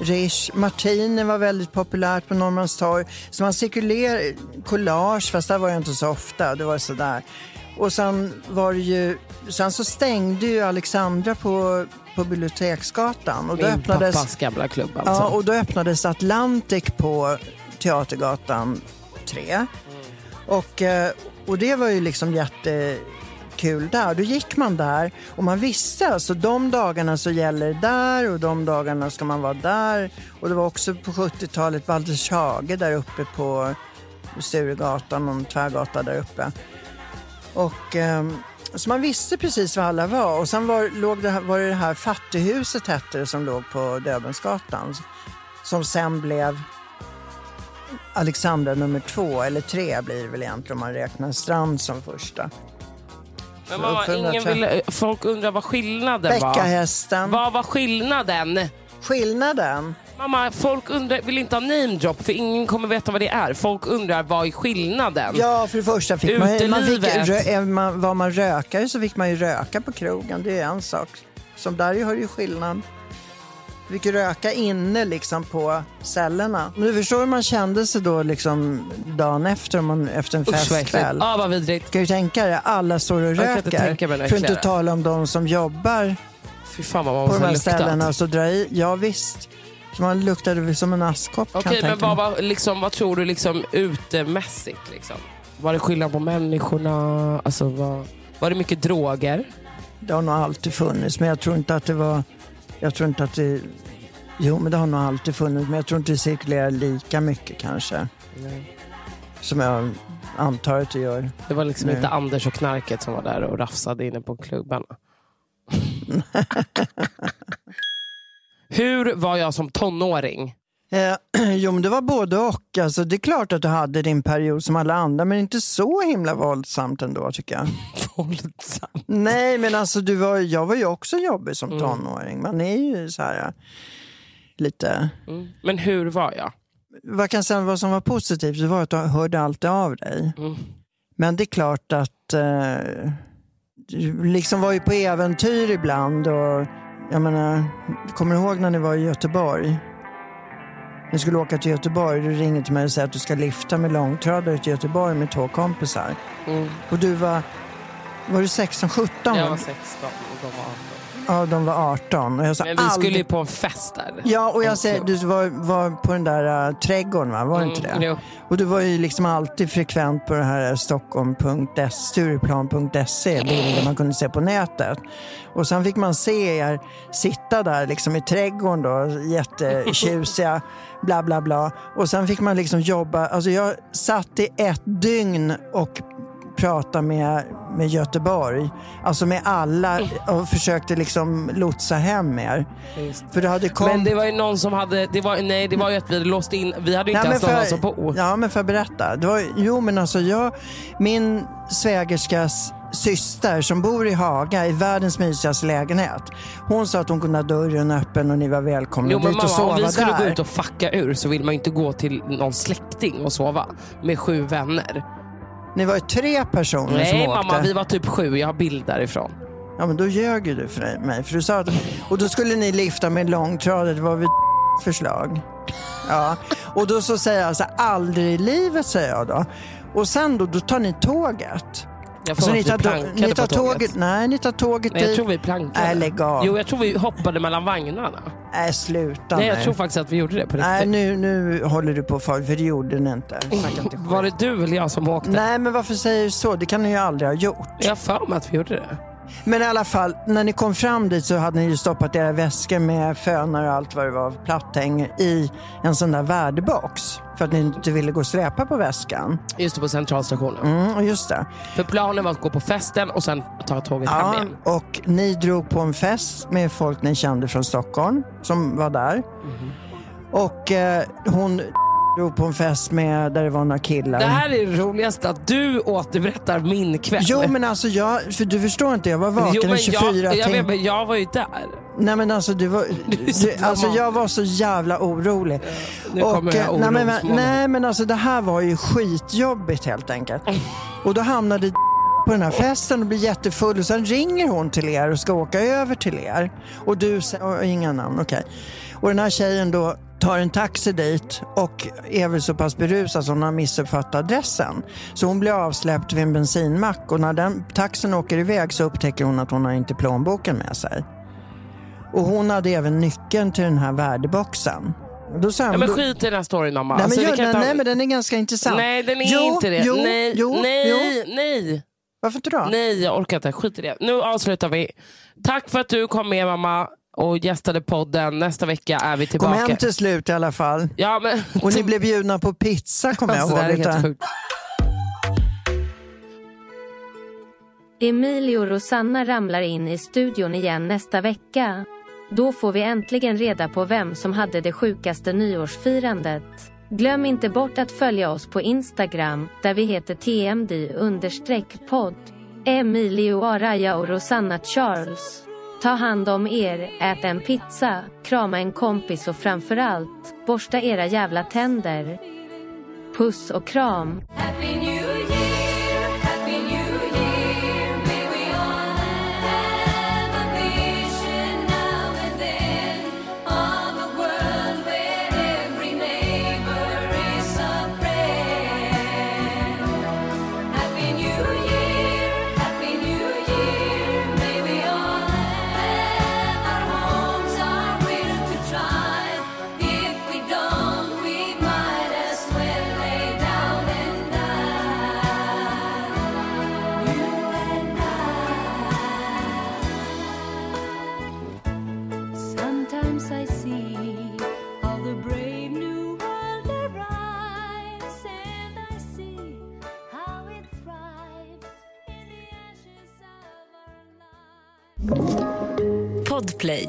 Q: Rish, Martini var väldigt populärt på Norrmalmstorg. Så man cirkulerade, collage, fast där var jag inte så ofta, det var sådär. Och sen var det ju, sen så stängde ju Alexandra på, på Biblioteksgatan och då
H: Min
Q: öppnades...
H: pappas gamla klubb alltså.
Q: Ja, och då öppnades Atlantic på Teatergatan 3. Och, eh, och det var ju liksom jättekul där. Då gick man där och man visste alltså de dagarna så gäller det där och de dagarna ska man vara där. Och det var också på 70-talet Walter Hage där uppe på Sturegatan, någon tvärgata där uppe. Och, ehm, så man visste precis var alla var. Och sen var, låg det, här- var det det här fattighuset hette det, som låg på Döbelnsgatan. Som sen blev Alexandra nummer två, eller tre blir det väl egentligen om man räknar Strand som första.
H: Men vad var, ingen
Q: 730.
H: ville, folk undrar vad skillnaden var.
Q: Bäckahästen.
H: Vad var skillnaden?
Q: Skillnaden?
H: Mamma, folk undrar, vill inte ha namedrop för ingen kommer veta vad det är. Folk undrar vad är skillnaden?
Q: Ja, för det första fick man, man fick,
H: Utelivet.
Q: rö, är man, var man rökare så fick man ju röka på krogen, det är en sak. Som där har ju skillnad. Vi fick ju röka inne liksom på cellerna. Men du förstår hur man kände sig då liksom dagen efter, om man, efter en
H: Usch, vad
Q: festkväll.
H: äckligt. Ja, vad vidrigt.
Q: Kan du tänka dig, alla står och
H: Jag kan inte
Q: röker.
H: tänka mig det
Q: För att inte
H: äckligare.
Q: tala om de som jobbar
H: Fy fan vad man
Q: på de här
H: måste ha luktat.
Q: ställena och så drar i. Ja, visst. Så man luktade väl som en askkopp kan
H: Okej,
Q: jag
H: men
Q: tänka
H: vad,
Q: mig.
H: vad, liksom, vad tror du liksom utemässigt? Liksom? Var det skillnad på människorna? Alltså, var, var det mycket droger?
Q: Det har nog alltid funnits, men jag tror inte att det var... Jag tror inte att det... Jo, men det har nog alltid funnits, men jag tror inte det cirkulerar lika mycket kanske.
H: Nej.
Q: Som jag antar att det gör.
H: Det var liksom
Q: Nej.
H: inte Anders och knarket som var där och rafsade inne på klubbarna. Hur var jag som tonåring?
Q: Eh, jo, men det var både och. Alltså, det är klart att du hade din period som alla andra, men inte så himla våldsamt ändå tycker jag.
H: våldsamt?
Q: Nej, men alltså du var, jag var ju också jobbig som tonåring. Man är ju så här eh, lite...
H: Mm. Men hur var jag?
Q: vad, kan jag säga, vad som var positivt det var att du hörde alltid av dig.
H: Mm.
Q: Men det är klart att eh, du liksom var ju på äventyr ibland. Och, jag menar, kommer du ihåg när ni var i Göteborg? Ni skulle åka till Göteborg. Du ringer till mig och säger att du ska lifta med långtradare till Göteborg med två kompisar.
H: Mm.
Q: Och du var, var du 16, 17?
H: Jag var 16 och de var 18.
Q: Ja, de var 18. Och jag sa
H: Men vi
Q: aldrig-
H: skulle ju på en fest där.
Q: Ja, och
H: En
Q: jag säger,
H: klubb.
Q: du var, var på den där uh, trädgården, va? var det inte
H: Mm,
Q: det?
H: jo.
Q: Och du var ju liksom alltid frekvent på det här stockholm.se, stureplan.se, bilder man kunde se på nätet. Och sen fick man se er sitta där liksom i trädgården då, jättetjusiga, bla bla bla. Och sen fick man liksom jobba, alltså jag satt i ett dygn och prata med, med Göteborg, alltså med alla och försökte liksom lotsa hem er. För det hade kom...
H: Men det var ju någon som hade... Det var, nej, det var ju att vi låste in... Vi hade ju inte ens
Q: men
H: någon
Q: för-
H: som på...
Q: Ja, men för att berätta. Det var, jo, men alltså jag, min svägerskas syster som bor i Haga i världens mysigaste lägenhet. Hon sa att hon kunde ha dörren öppen och ni var välkomna
H: Jo,
Q: dit
H: men
Q: och
H: mamma,
Q: sova
H: om vi skulle
Q: där.
H: gå ut och fucka ur så vill man ju inte gå till någon släkting och sova med sju vänner.
Q: Ni var ju tre personer som
H: Nej
Q: åkte.
H: mamma, vi var typ sju. Jag har bild därifrån.
Q: Ja, men då ljög ju du för mig. För du sa att... Och då skulle ni lifta med en långtradare. Det var väl förslag. Ja. Och då så säger jag så här, aldrig i livet, säger jag då. Och sen då, då tar ni tåget.
H: Jag får
Q: Så
H: att
Q: ni
H: vi
Q: tar,
H: plankade
Q: ni tar
H: på tåget.
Q: Nej, ni tar tåget
H: Nej, jag
Q: dit.
H: tror vi plankade.
Q: Nej, lägg av.
H: Jo, jag tror vi hoppade mellan vagnarna.
Q: Nej, sluta
H: Nej,
Q: nu.
H: jag tror faktiskt att vi gjorde det på riktigt.
Q: Nej, nu, nu håller du på för, för det gjorde ni inte. Snacka inte
H: Var det du eller jag som åkte?
Q: Nej, men varför säger du så? Det kan ni ju aldrig ha gjort.
H: Jag har för mig att vi gjorde det.
Q: Men i alla fall, när ni kom fram dit så hade ni ju stoppat era väskor med fönar och allt vad det var, platthäng, i en sån där värdebox. För att ni inte ville gå och släpa på väskan.
H: Just det, på centralstationen.
Q: Mm, och just det.
H: För planen var att gå på festen och sen ta tåget hem
Q: Ja,
H: igen.
Q: och ni drog på en fest med folk ni kände från Stockholm som var där.
H: Mhm.
Q: Och eh, hon drog på en fest med, där det var några killar.
H: Det här är det roligaste, att du återberättar min kväll.
Q: Jo men alltså jag, för du förstår inte, jag var vaken
H: Jo, men
Q: i 24
H: jag, jag,
Q: timmar.
H: vet, men jag var ju där.
Q: Nej men alltså, du var, du, alltså jag var så jävla orolig.
H: nu kommer
Q: eh, nej, men,
H: orosmolnen.
Q: nej men alltså det här var ju skitjobbigt helt enkelt. Och då hamnade på den här festen och blir jättefull och sen ringer hon till er och ska åka över till er. Och du säger, inga namn, okej. Och den här tjejen då tar en taxi dit och är väl så pass berusad så hon har missuppfattat adressen. Så hon blir avsläppt vid en bensinmack och när den taxin åker iväg så upptäcker hon att hon har inte plånboken med sig. Och hon hade även nyckeln till den här värdeboxen. Då sa
H: Ja,
Q: han,
H: men
Q: då-
H: skit i den här storyn mamma.
Q: Nej, men
H: Alltså, vi
Q: gör
H: kan
Q: den-
H: ta-
Q: nej, men den är ganska intressant.
H: Nej den är
Q: Jo,
H: inte det.
Q: jo,
H: nej,
Q: jo,
H: nej,
Q: jo.
H: nej.
Q: Varför inte då?
H: Nej jag orkar inte, skit i det. Nu avslutar vi. Tack för att du kom med mamma och gästade podden. Nästa vecka är vi
Q: Kom
H: tillbaka.
Q: hem till slut i alla fall.
H: Ja, men...
Q: Och ni blev bjudna på pizza kommer jag
H: Alltså, det här är
Q: ihåg.
H: helt
Q: utan-
H: sjukt.
D: Emilio Rosanna ramlar in i studion igen nästa vecka. Då får vi äntligen reda på vem som hade det sjukaste nyårsfirandet. Glöm inte bort att följa oss på Instagram, där vi heter tmd-podd. Emilio Araya och Rosanna Charles. Ta hand om er, ät en pizza, krama en kompis och framförallt, borsta era jävla tänder. Puss och kram.
F: Happy New Year, Happy New Year. May we all have a vision now and then of a world where every neighbor is a friend. Happy New Year, Happy New Year. May we all have our homes, our will to try. If we don't, we might as well lay down and die. You and I. Sometimes I see how the brave new world arrives, and I see how it thrives in the ashes of our
R: Podplay.